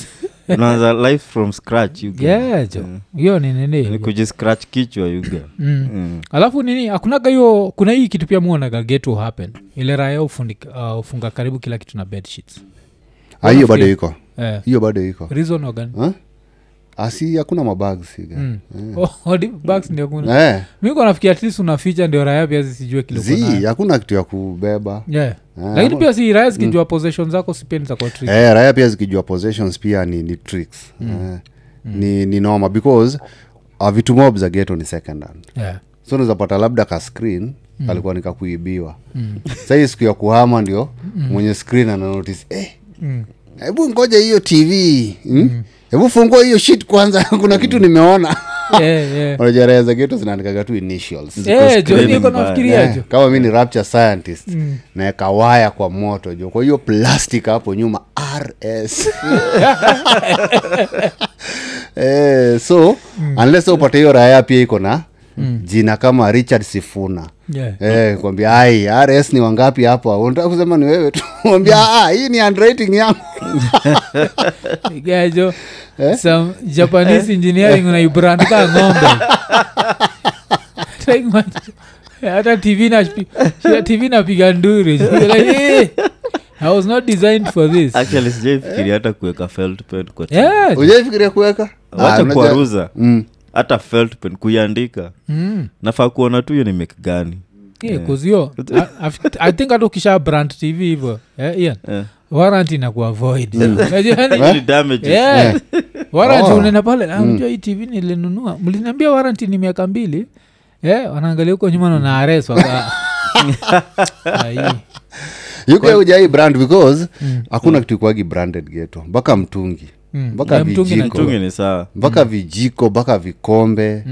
unaanza life from scratch Yuga. yeah, jo hiyo ni Mm. ni nini kujiscratch kichwa yuga Mm. Mm. alafu nini hakunaga hiyo kuna hii kitu pia muonaga get will happen ile raya ufunika, uh, ufunga karibu kila kitu na bedsheets Ah, hiyo bado iko eh. hiyo bado iko reason wagani Huh? asi hakuna mabags Iga. Mm. Oh, di- bags ndio kuna Eh, mi kwa nafikia at least unaficha ndio raya pia zisijue kile uko nayo. zii hakuna kitu ya kubeba yeah. Ah, lakini hakuna- pia si raya zikijua possession zako si pia ni za kwa trick. eh, raya pia zikijua possessions pia ni, ni tricks eh, Ni, ni noma because uh, vitu mob za geto ni second hand yeah. so nazapata labda ka screen mm. kalikuwa nikakuibiwa mm. sahii siku ya kuhama ndio mm. mwenye screen ananotice eh, Mm. hebu ngoja hiyo tv mm? hebu fungua hiyo shit kwanza kuna kitu nimeona yeah, yeah. unajua raya za geto zinaandikaga tu initials Eh, jo, screen niko mbaya. nafikiria Eh, jo kama mi ni rapture scientist mm. naeka waya kwa moto jo kwa hiyo plastic hapo nyuma rs eh, so mm. unless upate hiyo raya pia iko na mm. jina kama richard sifuna Yeah. Eh, kwambia ai rs ni wangapi hapa unataka kusema ni wewe tu mwambia Mm. "Ah, hii ni handwriting yangu Yeah, jo Eh? some japanese engineering unaibrand ka ng'ombe Like, man, hata tv na tv napiga nduri jo. Like, eh, i was not designed for this actually sijaifikiria hata kuweka felt pen kwa chini. yeah, jo. ujaifikiria kuweka Ah, wacha unajua- kuaruza Mm. hata felt pen kuiandika Mm. nafaa kuona tu hiyo ni make gani Yeah, 'cause hiyo, I- I- i think hata ukisha brand tv hivo eh, Ian, Eh. warranty inakuavoid Unajua ni- Ni damages. Eh? Yeah. Mm. warranti Oh. unaenda pale ah, unajua hii tv nilinunua mliniambia warranti ni miaka mbili Eh, wanaangalia huko nyuma naona ares waka Ai. uk ujai brand because hakuna kitu ikuagi branded geto mpaka mtungi Mm. mpaka Yeah, mtungi na vijiko tungi ni sawa mpaka Mm. vijiko mpaka vikombe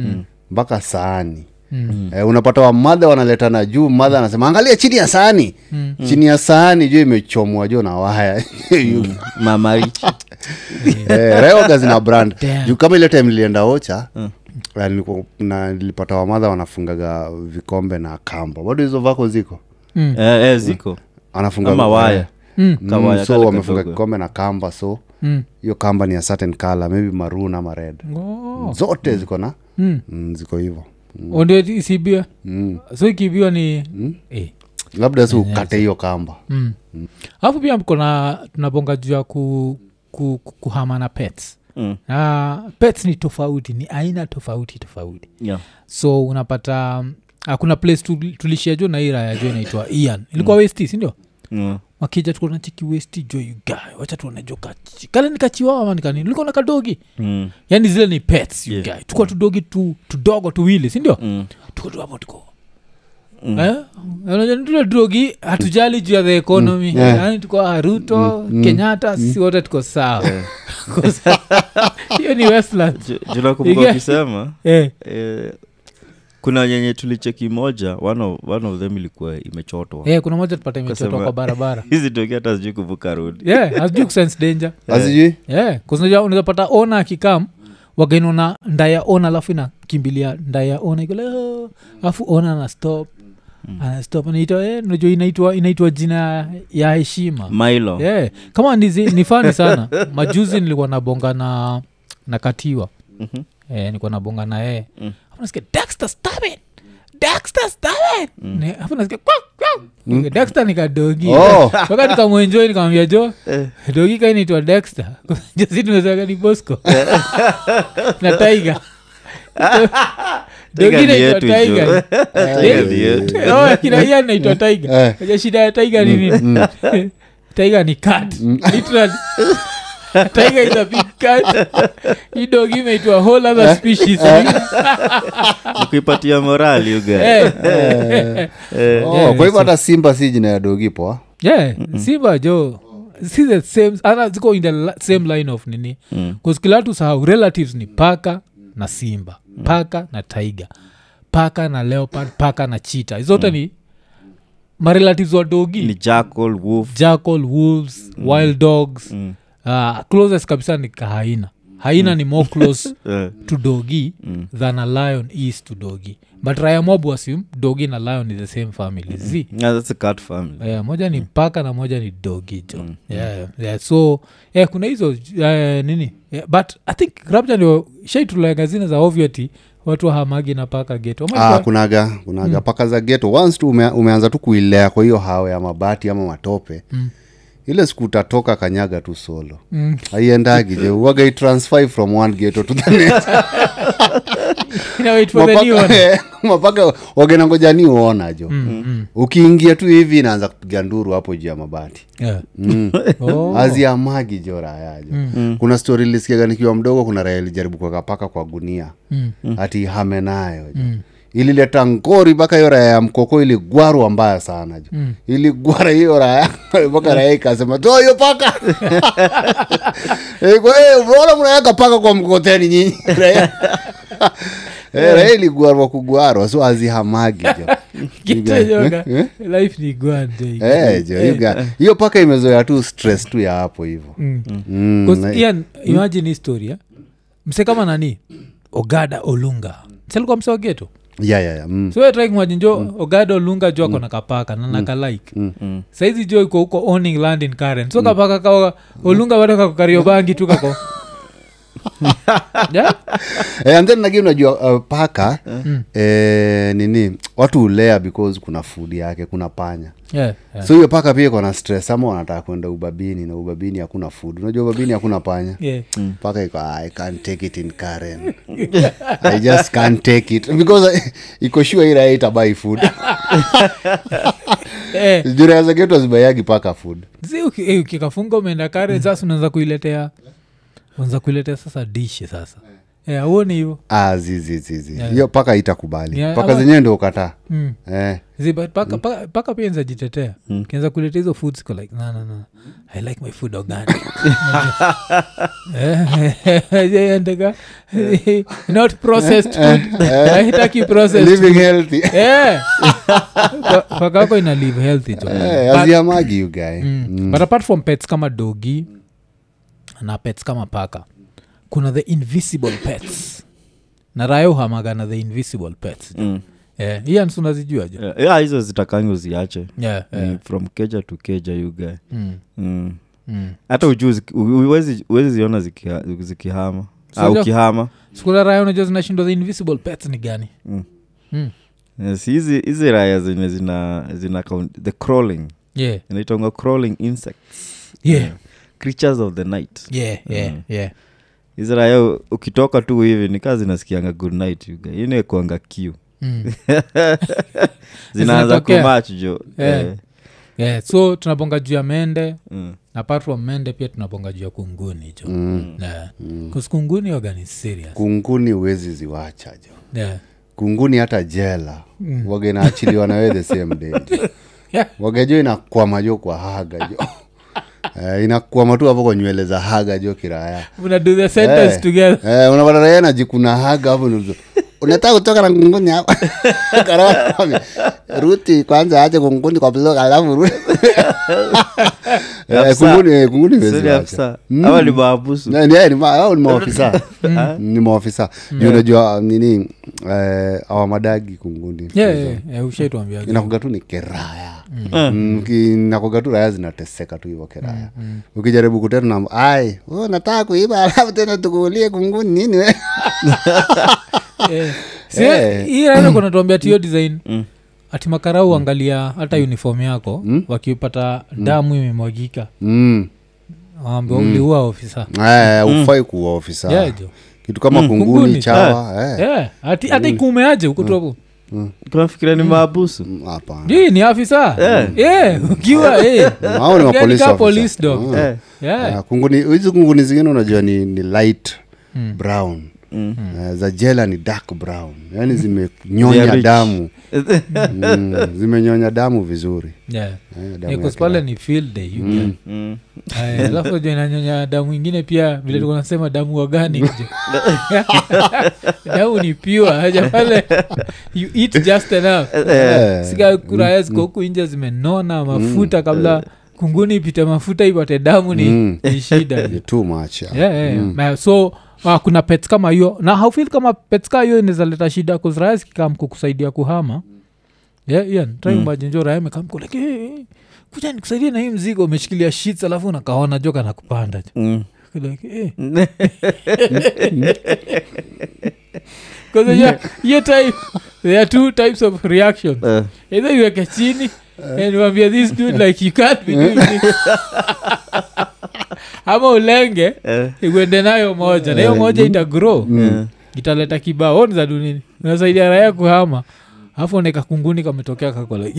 mpaka saani Mm. Eh, unapata wamadha wanaletana juu madha anasema angalia chini ya saani Mm. Mm. chini ya saani juu imechomwa juu na waya mama Rich. Eh, reoga zina brand Damn. juu kama ile time nilienda ocha Mm. eh, nilikuwa- na nilipata wamadha wanafungaga vikombe na kamba bado hizo vako ziko Mm. Eh, eh, ziko anafunga kama waya Mm. Mm, Kawaya so kale wamefunga kadogo. kikombe na kamba so Mm. hiyo kamba ni ya certain color maybe maroon ama red Oh. zote ziko na Mm. mm, ziko hivyo ondio isibiwa mm. so ikibiwa ni Eh. labda si ukate hiyo kamba Mm. alafu pia mkona tunabonga juu ya ku, ku, ku, kuhama na pets Mm. na pets ni tofauti ni aina tofauti tofauti Yeah. so unapata hakuna place tul- tulishia jo na hii raya jo inaitwa ian ilikuwa mm. westi sindio Mm. wakija tuko nachiki westi jo ugae wacha tuonajo kachi kale nikachiwawa manikani liko na kadogi Mm. yani zile ni pets Yeah. yeah. ugae tukuwa tudogi tu, tudogo tuwili sindio Mm. tuko tu hapo tuko Eh? tule drogi hatujali juu ya the economy Yeah. yani tuko aruto kenyatta sisi wote tuko sawa Because- hiyo ni westland Ju- ju nakumbuka Ige- ukisema eh. eh, kuna yenye tulicheki moja one of, one of them ilikuwa imechotwa eh, kuna moja tupata imechotwa Kasema- kwa barabara hizi toki hata sijui kuvuka rudi yeah, hazijui kusense danger asijui yeah. 'cause unajua- unaweza pata ona akikam wagainona ndaya ona alafu inakimbilia ndaya ona iko like, "Oh," alafu ona ana stop ana stop anaitwa eh, unajua inaitwa inaitwa jina ya heshima milo yeah. kama ndizi ni fani sana majuzi nilikuwa nabonga na na katiwa Mhm. eh, nilikuwa nabonga na yeye Mm. Hapo nasikia Dexter stop it Dexter stop it Mm. Ne- hapo nasikia "Kwak, kwak." Nika- Dexter nikadogi Oh. mpaka nikamwenjoi nikamwambia jo Eh. dogi kainaitwa Dexter jasi tumezaga ni Bosco Eh. na Tiger Tiger dogi ni naitwa yetu, jo. Tiger Tiger ni yetu. Oh, kila hiyo anaitwa tiger Eh. Mm, Unajua shida ya tiger ni nini tiger ni cat Literally. tiger is a big cat Hii dog imeitwa whole Eh, other species nikuipatia morali uga Eh. Eh, Oh, Yeah, kwa so- hivyo hata simba si jina ya dogi ah. poa yeah Mm. simba jo si the same ana ziko in the la- same line of nini Mm. kuskilatu sahau relatives ni paka na simba Mm. paka na tiger paka na leopard paka na chita Mm. hizote ni marelatives wa dogi ni jackal wolf jackal wolves mm. wild dogs mm. Mm. uh, closest kabisa ni kahaina haina ni more close Eh, to dogi Mm. than a lion is to dogi but raya mob assume dogi na lion ni the same family z Yeah, that's a cat family. yeah, moja ni paka na moja ni dogi jo yeah, yeah. so yeah, kuna hizo eh, nini yeah, but i think rabda ndio shaitulaga zina za ovyoti watu wahamagi na paka geto ah, kunaga kunaga mm. paka za geto once tu ume, umeanza tu kuilea kwa hiyo hawa ya mabati ama matope mm. ile siku utatoka kanyaga tu solo mm. aiendagi je uwaga i transfer from one geto to the next yeah, mapaka, mapaka wagenangoja ni uona jo mm. ukiingia tu hivi inaanza kupiga nduru hapo juu ya mabati mm. Oh. aziamagi jo rayajo mm. kuna stori lisikiaga nikiwa mdogo kuna raya ilijaribu kuweka paka kwa gunia mm. ati ihame nayo jo mm ilileta ngori mpaka hiyo raya ya mkoko iligwarwa mbaya sana jo mm. iligwara hiyo raya mpaka raya ikasema toa hiyo paka Eh, kwa- eh, mbona mnaweka paka kwa mkokoteni nyinyi raya Eh, raya iligwarwa kugwarwa so azihamagi jo Kitu joga, life ni gwande Eh, jo, hiyo ga- hiyo paka imezoea tu stress tu ya hapo hivo Mm, na- imagine historia mse kama nani ogada olunga salikuwa mse wageto ya, ya, ya, mm. soetraikmwajinjo mm. ogada olunga jo akona kapaka nanakalike mm. Mm. saizi jo iko huko owning land in current so kapaka ka olunga bado kakukario bangi tu kako yeah? Eh, and then again unajua uh, paka Mm. eh, nini watu ulea because kuna food yake kuna panya Yeah, yeah. so hiyo paka pia iko na stress ama wanataka kwenda ubabini na ubabini hakuna food unajua ubabini hakuna panya Yeah. paka iko "Ah, i can't take it in karen i just can't take it because I- iko sure hii raia itabai food Eh, juraya zagetu azibayagi paka food zi uki- eh, ukikafunga umeenda current sasa unaanza kuiletea unaanza kuiletea sasa dishi sasa Eh, auoni hivo ah, zi zi zi zi hiyo paka itakubali Yeah, paka ama- zenyewe ndio ukataa mm. eh. See, but paka, paka, paka pia nzajitetea mm. kianza kuleta hizo food siko like no, no, no. i like my food organic Eh, endega not processed food haitaki processed living healthy Eh. Pa- paka wako ina live healthy tu Eh, aziamagi you guy mm. but apart from pets kama dogi na pets kama paka kuna the invisible pets na raya uhamaga na the invisible pets Mm. Eh, hii ans unazijua jo Yeah, yeah, hizo zitakangi uziache yeah, yeah. Ni from keja to keja yuga Mm. mm. Mm. hata ujuu ziki- u- huwezi huwezi ziona zikiha- zikihama So au ja- ukihama sikula raya unajua zinashindwa the invisible pets ni gani Mm. Mm. Yes, hizi hizi raya zenye zina zina count, the crawling Yeah, Mm. inaitanga crawling insects yeah, creatures of the night yeah, yeah, yeah. hizi raya u- ukitoka tu hivi ni kaa zinasikianga good night yuga inaekuanga kiu Mm. zinaanza Zinatokea. kumach jo Eh. Eh, Yeah, so tunabonga juu ya mende mm. na apart from mende pia tunabonga juu ya kunguni jo mm. yeah. mm. kunguni waga ni serious kunguni huwezi ziwacha jo yeah. kunguni hata jela mm. wage naachiliwa nawe the same day jo. Yeah. wagejo inakwama jo kwa haga jo Eh, inakwama tu hapo kwa nywele za haga jo kiraya Una do the sentence Eh, together eh, unapata raia najikuna haga hapo nuzo unataka kutoka na kunguni hapa Karaya kwambia, ruti kwanza ache kunguni kwa bloka alafu ru- Eh, Afisa. kunguni eh, kunguni huwezi Mm. Sorry, wacha. Hmm. afisa. Hawa ni maabusu Na- ni- eh, ni ma- hao ni maofisa Mm. Eh? ni maofisa Juu unajua nini eh, awa madagi kunguni yeah, yeah, yeah, ushaituambia jo. inakuga tu ni keraya Mm, ki- inakuga tu raya zinateseka tu hivo keraya Mm, ukijaribu kutena ai oh, nataka kuiba alafu tena tukuulie kunguni nini we Eh. Si- Eh. hii raia kunatuambia tiyo design ati makarau angalia hata uniform yako wakipata damu imemwagika mm. waambia uliua ofisa eh, ufai kuwa ofisa Yeah, jo. kitu kama kunguni, Kunguni. chawa eh. Mm. Yeah, hati- hata ikumeaje ukutuapo tunafikiria Hmm. ni maabusu hapana hii ni afisa Eh, ukiwa eh. Hao ni wa Yaani police kaa officer. police dog. Eh. Yeah. Ah, kunguni hizi kunguni zingine unajua ni, ni light Hmm. brown Eh, za jela ni dark brown yaani Hmm. They are zimenyonya rich. damu mm, zimenyonya damu vizuri Yeah. Eh, damu Yeah, ya 'cause pale ni field day you get. Mm. Aya, alafu unajua inanyonya damu ingine pia Mm. vile tulikuwa tunasema damu organic jo. damu ni pure haja pale you eat just enough Eh. Mm. sika kuraya ziko huku nje zimenona mafuta kabla kunguni ipite mafuta ipate damu ni, Mm. ni shida ni too much ah. yeah, yeah. Ma- so uh, kuna pets kama hiyo na haufil kama pets kaa hiyo inawezaleta shida kuzraeskikam kukusaidia kuhama yeah, Ian, try imagine jo Rahema kama yuko like, "Hey, hey, kuja nikusaidie na hii mzigo umeshikilia sheets alafu unakaona joka na kupanda Hmm. Mm. like, "Eh." Because, yeah, hiyo time there are two types of reactions Eh. either iweke chini and wambia this dude like you can't be doing this ama ulenge Hmm. Eh. ikuende nayo moja na hiyo moja itagrow italeta kibao za dunini unasaidia raya kuhama alafu oneka kunguni kametokea kakolaa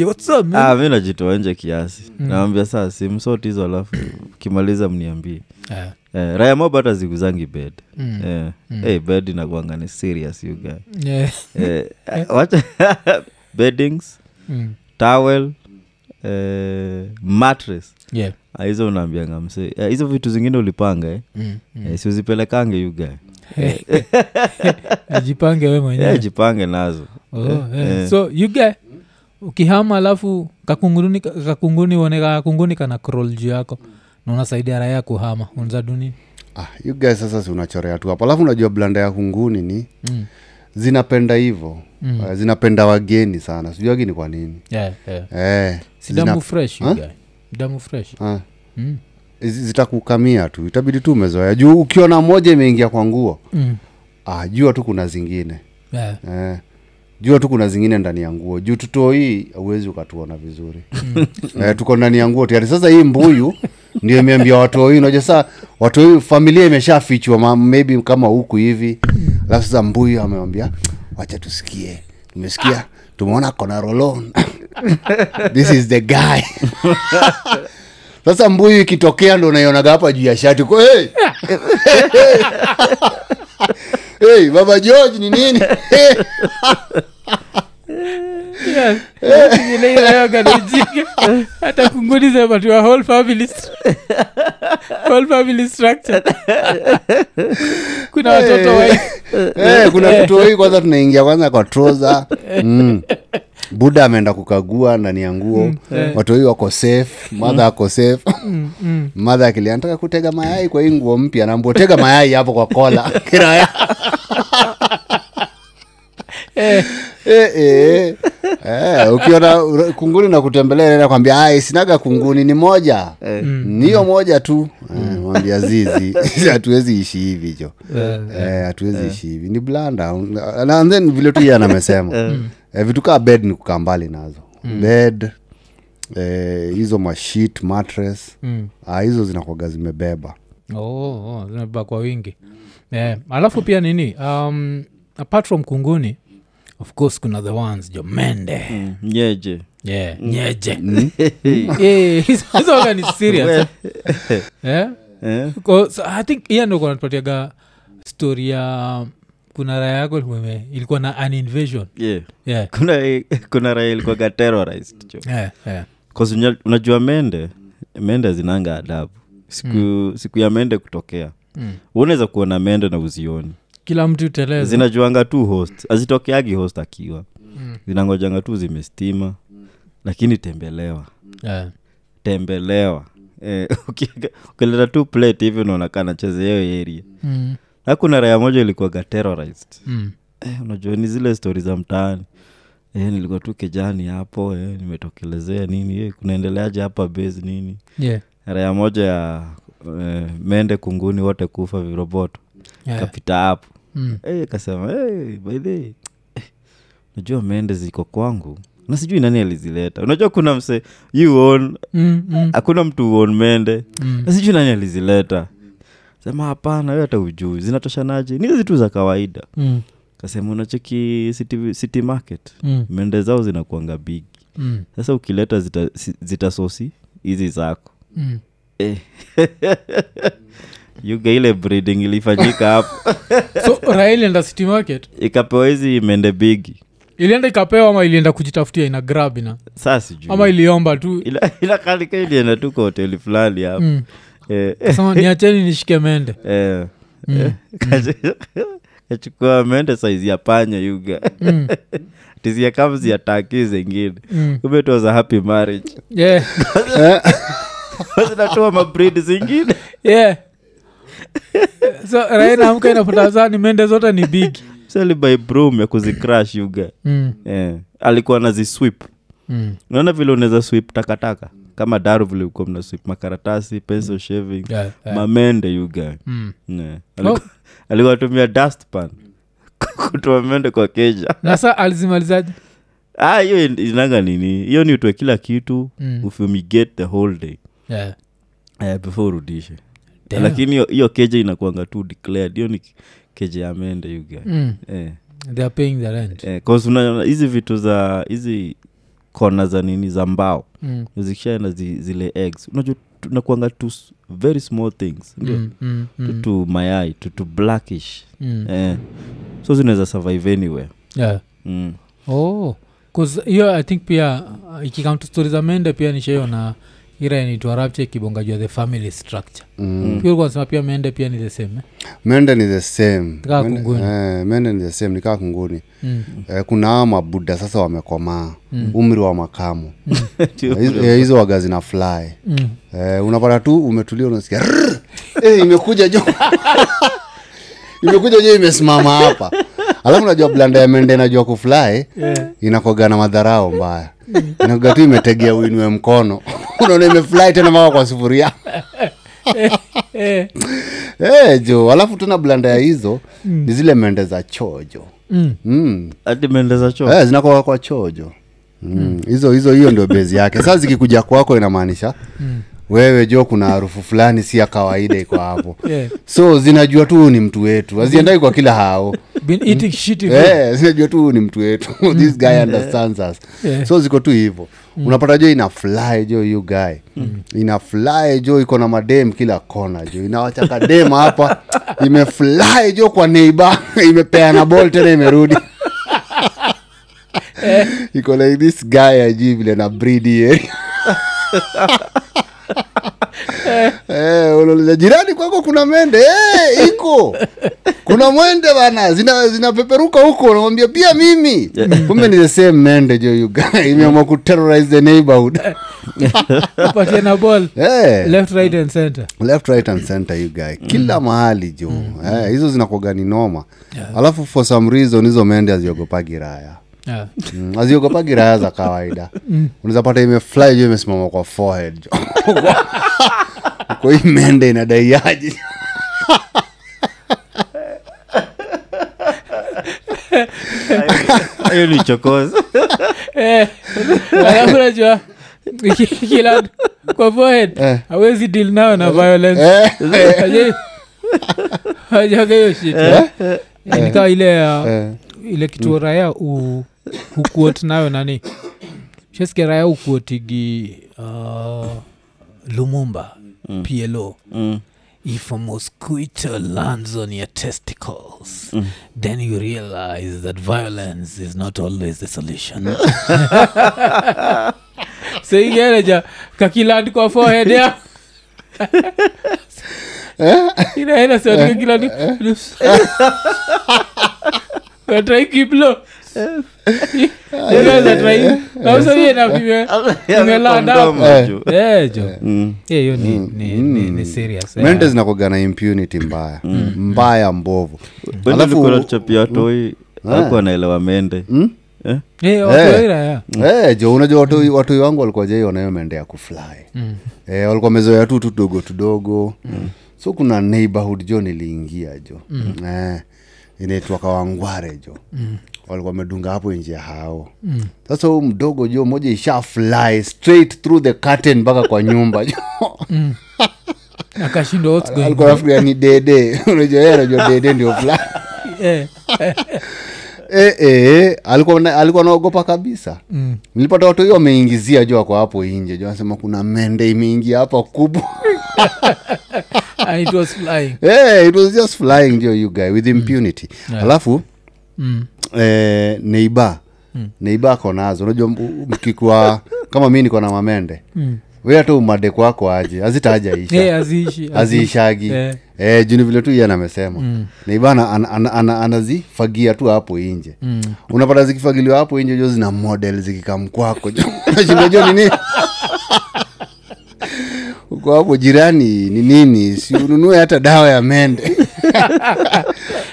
Ah, mi najitoa nje kiasi Hmm. naambia saa simsot hizo alafu kimaliza mniambie eh, raya mob hata zikuzangi bed Mm. eh, hey, bed inakuanga ni serious you guy eh, wacha beddings Mm. towel eh, mattress Ah, hizo unaambianga mse Ah, hizo vitu zingine ulipanga eh? Mm. Eh, si uzipelekange yuga ajipange we yeah. mwenyewe Eh, jipange nazo Oh, eh. so yuge ukihama alafu kakunguni kakunguni uone kakunguni kana krol juu yako na unasaidia raya kuhama unza dunini ah, you guys sasa si unachorea tu hapo alafu unajua blanda ya kunguni ni Mm. zinapenda hivo Hmm. mm. zinapenda wageni sana sijuagi ni kwa nini yeah, yeah. eh, si zina- damu fresh Huh? huh? damu fresh ah, mm. zi- zitakukamia tu itabidi tu umezoea juu ukiona moja imeingia kwa nguo Mm. ah, jua tu kuna zingine Yeah. eh, jua tu kuna zingine ndani ya nguo juu tuto hii auwezi ukatuona vizuri eh, tuko ndani ya nguo tayari sasa hii mbuyu ndio imeambia watoi unajua saa watoi familia imeshafichwa ma- maybe kama huku hivi alafu sasa mbuyu amewambia wacha tusikie tumesikia tumeona kona rolon this is the guy sasa mbuyu ikitokea ndo unaionaga hapa juu ya shati Kwa, hey! hey, baba george ni nini hey! Yeah. Ile ile ya ganaijike. hata kunguni zematua whole family stru- whole family structure kuna watoto wa Eh, kuna kituo hii kwanza tunaingia kwanza kwa troza mm. buda ameenda kukagua ndani ya nguo Mm. Eh. watu hii wako safe madha ako safe mm. madha akilia nataka kutega mayai kwa hii nguo mpya nambotega mayai hapo kwa kola kiraya eh, Eh, eh. Eh, ukiona ura- kunguni na kutembelea nakwambia ai sinaga kunguni ni moja niyo moja tu Eh, mwambia zizi hatuwezi ishi hivi jo Eh, hatuwezi ishi hivi ni blanda Na- and then vile tu yan amesema Eh, Mm. vitu kaa bed ni kukaa mbali nazo bed eh, hizo mashit mattress mm. ah, hizo zinakwaga zimebeba oh, oh, zinabeba kwa wingi eh, alafu pia nini um, apart from kunguni of course kuna the ones jo mende Mm, nyeje yeah, nyeje Eh, hizo hizo waga ni serious eh? Eh? Because i think hiyo ndo kunatupatiaga story ya um, kuna raya yako ime- ilikuwa na an invasion yeah. yeah. kuna kuna raha ilikuwaga terrorized jo Yeah, yeah. 'Cause unya- unajua mende mende zinanga adabu siku, siku ya mende kutokea Mm. unaweza kuona mende na uzioni kila mtu teleza zinajuanga tu host azitokeagi host akiwa zinangojanga tu zimestima lakini tembelewa yeah. tembelewa eh, uki- ukileta tu plate hivi unaonekana cheze hiyo area mm. na kuna raya moja ilikuwaga terrorized Mm. eh, unajua ni zile stori za mtaani eh, nilikuwa tu kijani hapo eh, nimetokelezea nini eh, kunaendeleaje hapa base nini Yeah. raya moja ya eh, mende kunguni wote kufa viroboto Yeah. kapita hapo Mm. Eh, kasema hey, by the way, eh, unajua mende ziko kwangu na sijui nani alizileta unajua kuna mse you own Mm, mm, hakuna mtu huon mende mm. na sijui nani alizileta sema hapana we hata ujui zinatoshanaje ni hizi tu za kawaida Mm, kasema unacheki city, city market mm, mende zao zinakuanga big mm, sasa ukileta zita- si- zitasosi hizi zako mm. yuga ile breeding ilifanyika hapo so raya ilienda city market ikapewa hizi mende bigi ilienda ikapewa ama ilienda kujitafutia ina grabina saa ama sijui iliomba tu ila, ila kalika ilienda tu kwa hoteli fulani hapo mm. eh, eh, Kasema, niacheni nishike mende eh, Mm, kachi- kachukua mende saizi ya panya yuga mm, tizia kama ziatakii zengine mm. kumbe it was a happy marriage Yeah, zinatoa mabrid zingine yeah. so raila amka inapata saa ni mende zote ni bigi selibai brom ya kuzicrash yuga mm. yeah. alikuwa naziswip Mm. unaona vile unaweza swip takataka kama daru vile ukuwa mna swip makaratasi pencil shaving Yeah, yeah. mamende yuga Mm. yeah. alikuwa, alikuwa tumia dustpan kutoa mende kwa keja na saa alizimalizaje ah hiyo in- inanga nini hiyo ni utoe kila kitu Mm. ufumigate the whole day yeah. eh, before urudishe Damn. lakini hiyo- hiyo keja inakuanga tu declared hiyo ni keja ya mende yuga mm. eh. they are paying the rent Eh, 'cause unaona hizi vitu za hizi kona za nini za mbao Mm. zikishaenda zi, zile eggs unajua tunakuanga tu s- very small things ndio Mm, mm, tu mm, tu mayai tu tu blackish mm. eh. so zinaweza survive anywhere Yeah. mm. oh 'Cause hiyo i think pia uh, ikikam to stori za mende pia nishaiona ira inaitwa rapture ikibonga juu ya the family structure Mm. pia ulikuwa unasema pia mende pia ni the same eh? mende ni the same Kaa Mende- kunguni. eh, mende ni the same nikaa kunguni mm. eh, kuna hawa mabuda sasa wamekomaa umri wa makamu Tio- Hizo- eh, hizo waga zina fly Mm. eh, unapata tu umetulia unasikia "Rrrr!" eh, imekuja jo imekuja jo imesimama hapa alafu najua blanda ya mende najua kufly inakoga na madharao mbaya inakoga tu imetegea uinue mkono unaona imefly tena maka kwa sufuria eh, eh, jo alafu tena blanda ya hizo ni zile mende za chojo mm. mm. hadi mende za choo eh, zinakoga kwa chojo Mm. hizo hizo hiyo ndio bezi yake sasa zikikuja kwako inamaanisha wewe jo kuna harufu fulani si ya kawaida iko hapo Yeah. so zinajua tu huyu ni mtu wetu aziendai kwa kila hao been eating shit if- Eh, zinajua tu huyu ni mtu wetu this guy understands us Yeah. so ziko tu hivo unapata jo ina fly jo hiyo guy ina fly jo iko na madem kila kona jo inawachaka dem hapa imefly jo kwa neiba imepeana bol tena imerudi iko like this guy ajui vile na breed yeye. Eh, unauliza jirani kwako kuna mende eh, iko kuna mwende bana zina- zinapeperuka huko unamwambia pia mimi kumbe ni the same mende jo you guy. imeamua ku terrorize the neighborhood patie na ball Eh, left right and center left right and center you guy kila mahali jo eh, hizo zinakuwaga ni noma alafu for some reason hizo mende haziogopagi raya yeah. Mm, haziogopagi raya za kawaida unaweza pata imefly jo imesimama kwa forehead jo kwa hii mende inadaiaji hiyo ni chokozi Eh, alafu najua iki- kila kwa Eh. forehead awezi deal nayo na violence eh, Ajai- ajaga hiyo shit Eh, ni kama ile ya- eh. ile kituo raya u- hukuot nayo nani sheske raya hukuotigi uh, lumumba plo Mm. if a mosquito lands on your testicles then you realize that violence is not always the solution seigereja kakiland kwa forehead ya inaenda sokilandi watrai kiblo inaweza trai kausaie Imelanda hapo. Kondomu Eh. Yaani juu. naejo Mm. hiyo ni, ni, ni, Mm. ni serious eh. Mm. mende zinakoga na impunity mbaya mbaya mbovu Bado Alafu- nilikuwa nachapia toi aku anaelewa mende Eh? Eh, Eh. wakiwaira, yeah. Mm? Eh, jo unajua watu watu wangu walikuwa jaiona hiyo mende ya kufly eh, walikuwa mezoea tu tudogo tudogo Mm. so kuna neighborhood jo niliingia jo eh, inaitwa kawangware jo Mm. walikuwa wamedunga hapo nje ya hao sasa huu mdogo jo moja isha fly straight through the curtain mpaka kwa nyumba jo akashindwa what's going alikuwa on. nafikiria ni dede unajua yeye anajua dede ndio fly Eh, Eh, eh, alikuwa na- alikuwa naogopa kabisa Mm. nilipata watu hiyo wameingizia juu ako hapo inje juu anasema kuna mende imeingia hapa kubwa and it was flying Eh, it was just flying jo you guy with impunity alafu Mm. eh, neiba neiba ako nazo unajua m- mkikuwa kama mi niko na mamende Mm. we hata umade kwako aje Eh, azitajaisha haziishi haziishi. aziishagi Eh. eh, juni vile tu yan amesema naibana an, an, an, anazifagia tu hapo inje mm. unapata zikifagiliwa hapo inje jo zina model zikikam kwako jo Unashindwa jo nini uko hapo jirani ni nini si ununue hata dawa ya mende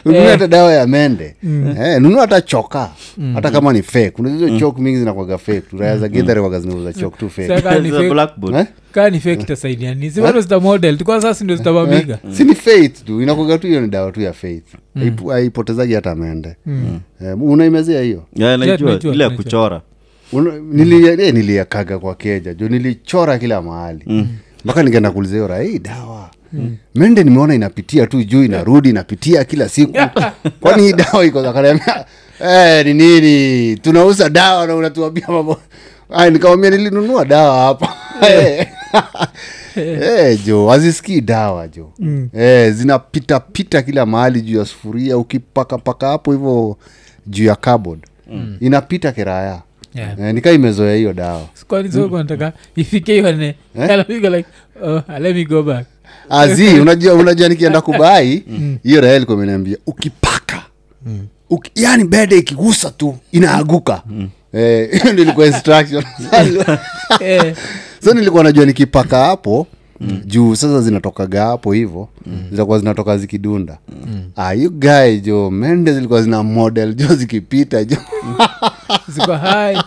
ununue hata dawa ya mende eh, nunua hata choka hata kama ni fake unazizo chok mingi zinakwaga fake raya za gidhare waga zinauza chok tu fake Sasa ni fake- Eh? kaa ni fake itasaidia nini si bado zita model tukwa sasa ndio Eh. zitababika si ni faith tu inakwaga tu hiyo ni dawa tu ya faith Haipu- haipotezaji hata mende eh, unaimezea hiyo Yeah, naijua najua, ile ya najua. kuchora Una- nilia- eh, niliakaga kwa keja juu nilichora kila mahali mpaka nikaenda kuuliza hiyo raha, hii dawa mende nimeona inapitia tu juu inarudi inapitia kila siku kwani hii dawa iko akaniambia eh, ni nini tunauza dawa na unatuambia mambo Ay, nikamwambia nilinunua dawa hapa Eh. Eh, jo hazisikii dawa jo Eh, zinapitapita kila mahali juu ya sufuria ukipakapaka hapo hivyo juu ya cupboard inapita kiraya Yeah. eh, nikaa imezoea hiyo dawa Kwani Mm. sio kwa nataka ifike Eh. ione alafu like oh, let me go back azi Ah, unajua unajua nikienda kubai hiyo rahel komeniambia ukipaka Uki, yani bede ikigusa tu inaaguka Eh, hiyo ndio ilikuwa instruction Eh, so nilikuwa najua nikipaka hapo juu sasa zinatokaga hapo hivo zitakuwa zinatoka zikidunda Ah, you guy jo mende zilikuwa zina model jo zikipita jo ziko hai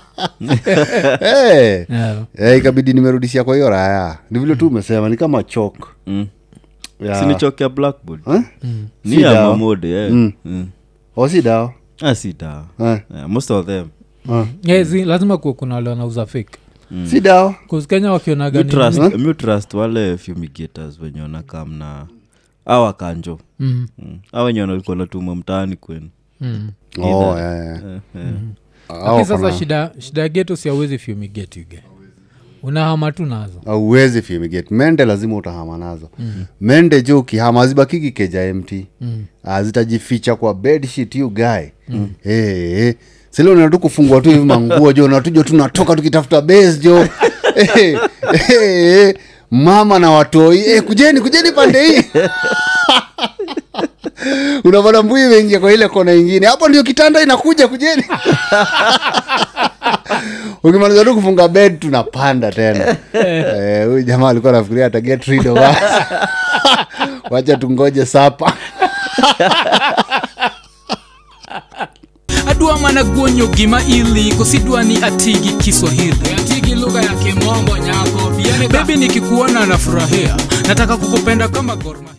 Eh. Yeah. Eh, ikabidi nimerudishia kwa hiyo raya ni vile tu umesema ni kama chok mm. ya- sinichokia blackboard Eh? ni Si ya dawa. mamode yeah. Mm. mm. Oh, si dawa ah, si dawa Eh, yeah, most of them eh. Yeah, zi- lazima kuwe kuna wale wanauza fake si dawa Cause kenya wakionaga You ni- trust, nini? you trust wale fumigators wenye wanakam na awa kanjo Mm, mm. a wenye wanakuwa wanatumwa mtaani kwenu mm. Oh, eh, eh. Eh, eh. Mm-hmm. Hao lakini sasa kuna- shida shida geto siawezi fumigate uge unahama tu nazo hauwezi fumigate mende lazima utahama nazo mende jo ukihama zibakiki keja mt mm. zitajificha kwa bedshit you guy mm. hey, sile unaenda tu kufungua tu hivi manguo jo natujo tunatoka tukitafuta base jo Eh, eh, eh, mama na watoi eh, kujeni kujeni pande hii unapata mbui imeingia kwa ile kona ingine hapo ndio kitanda inakuja kujeni ukimaliza tu kufunga bed tunapanda tena Eh, huyu jamaa alikuwa nafikiria ataget rid of us wacha tungoje sapa adwa mana guonyo gima ili kosidwa ni atigi kiswahili atigi lugha ya kimombo nyako bebi nikikuona nafurahia nataka kukupenda kama gorma